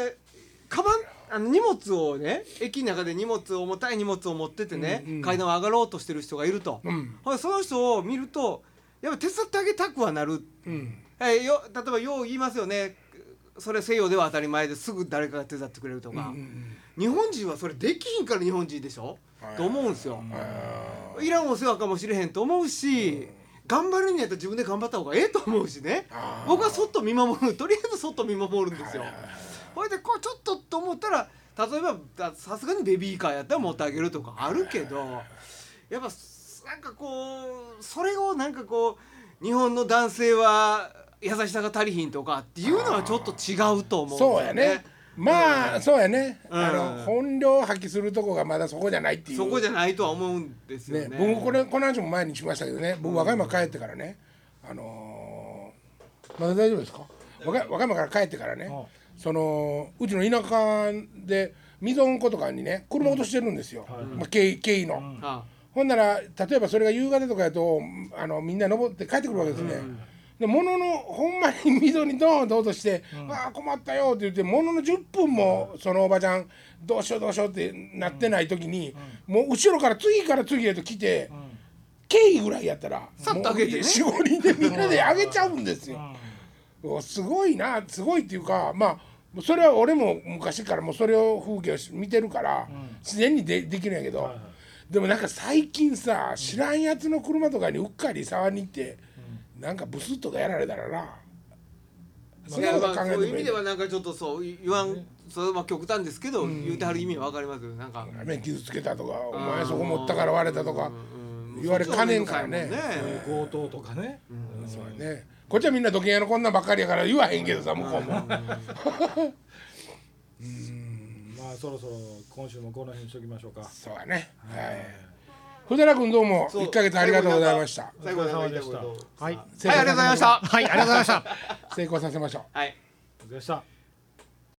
[SPEAKER 3] カバンあの荷物をね駅の中で荷物を重たい荷物を持っててね、階段を上がろうとしてる人がいると、
[SPEAKER 1] うん
[SPEAKER 3] ほいでその人を見るとやっぱ手伝ってあげたくはなる、
[SPEAKER 1] うん
[SPEAKER 3] はいよ例えばよう言いますよねそれ西洋では当たり前ですぐ誰かが手伝ってくれるとか、日本人はそれできひんから日本人でしょ、と思うんですよ、いらんお世話かもしれへんと思うし、頑張るんやったら自分で頑張った方がええと思うしね僕はそっと見守るとりあえずそっと見守るんですよ。ほいでこうちょっとと思ったら例えばださすがにベビーカーやったら持ってあげるとかあるけどやっぱなんかこうそれをなんかこう日本の男性は優しさが足りひんとかっていうのはちょっと違うと思うんですよ
[SPEAKER 1] そうやね。まあ、そうやね。あの本領発揮するとこがまだそこじゃないっていう。
[SPEAKER 3] そこじゃないとは思うんですよね
[SPEAKER 1] ね、僕これこの話も前にしましたけどね僕和歌山帰ってからねあのーまだ大丈夫ですか和歌和歌山から帰ってからねそのうちの田舎で溝んことかにね車落としてるんですよ、まあ、経緯経緯の、
[SPEAKER 3] あ
[SPEAKER 1] ほんなら例えばそれが夕方とかやとあのみんな登って帰ってくるわけですね、でもののほんまに [laughs] 溝にドーンと落として「ああ困ったよ」って言ってものの10分もそのおばちゃん「どうしようどうしよう」ってなってない時に、もう後ろから次から次へと来て、敬意ぐらいやったら
[SPEAKER 3] さっと上げてね
[SPEAKER 1] 45人でみんなで上げちゃうんですよ。おすごいなすごいっていうかまあそれは俺も昔からもうそれを風景をし見てるから、自然にでできるんやけど、でもなんか最近さ知らんやつの車とかにうっかり触りに行って、なんかブスッとかやられたらな、そんなこと
[SPEAKER 3] まあ
[SPEAKER 1] 考
[SPEAKER 3] そ
[SPEAKER 1] えて
[SPEAKER 3] ういう意
[SPEAKER 1] もい
[SPEAKER 3] 味
[SPEAKER 1] い
[SPEAKER 3] ではなんかちょっとそう言わんそれはまあ極端ですけど、言うてはる意味はわかりますけどなんか、
[SPEAKER 1] ね傷つけたとかお前そこ持ったから割れたとか言われかねんからね。
[SPEAKER 2] 強盗とかね、
[SPEAKER 1] そうやねこっちはみんな時計屋のこんなんばっかりやから言わへんけどさ向こうも。
[SPEAKER 2] まあそろそろ今週もこの辺にしときましょうか
[SPEAKER 1] そうやね。はい。ふだら君どうも一ヶ月ありがとうございました。
[SPEAKER 3] 最後になんか言いたいこと
[SPEAKER 2] お疲れ様で
[SPEAKER 3] はい
[SPEAKER 2] した
[SPEAKER 3] ありがとうございました
[SPEAKER 4] はい、ありがとうございました。
[SPEAKER 1] 成功させましょう。
[SPEAKER 3] はい
[SPEAKER 2] お疲れ様でした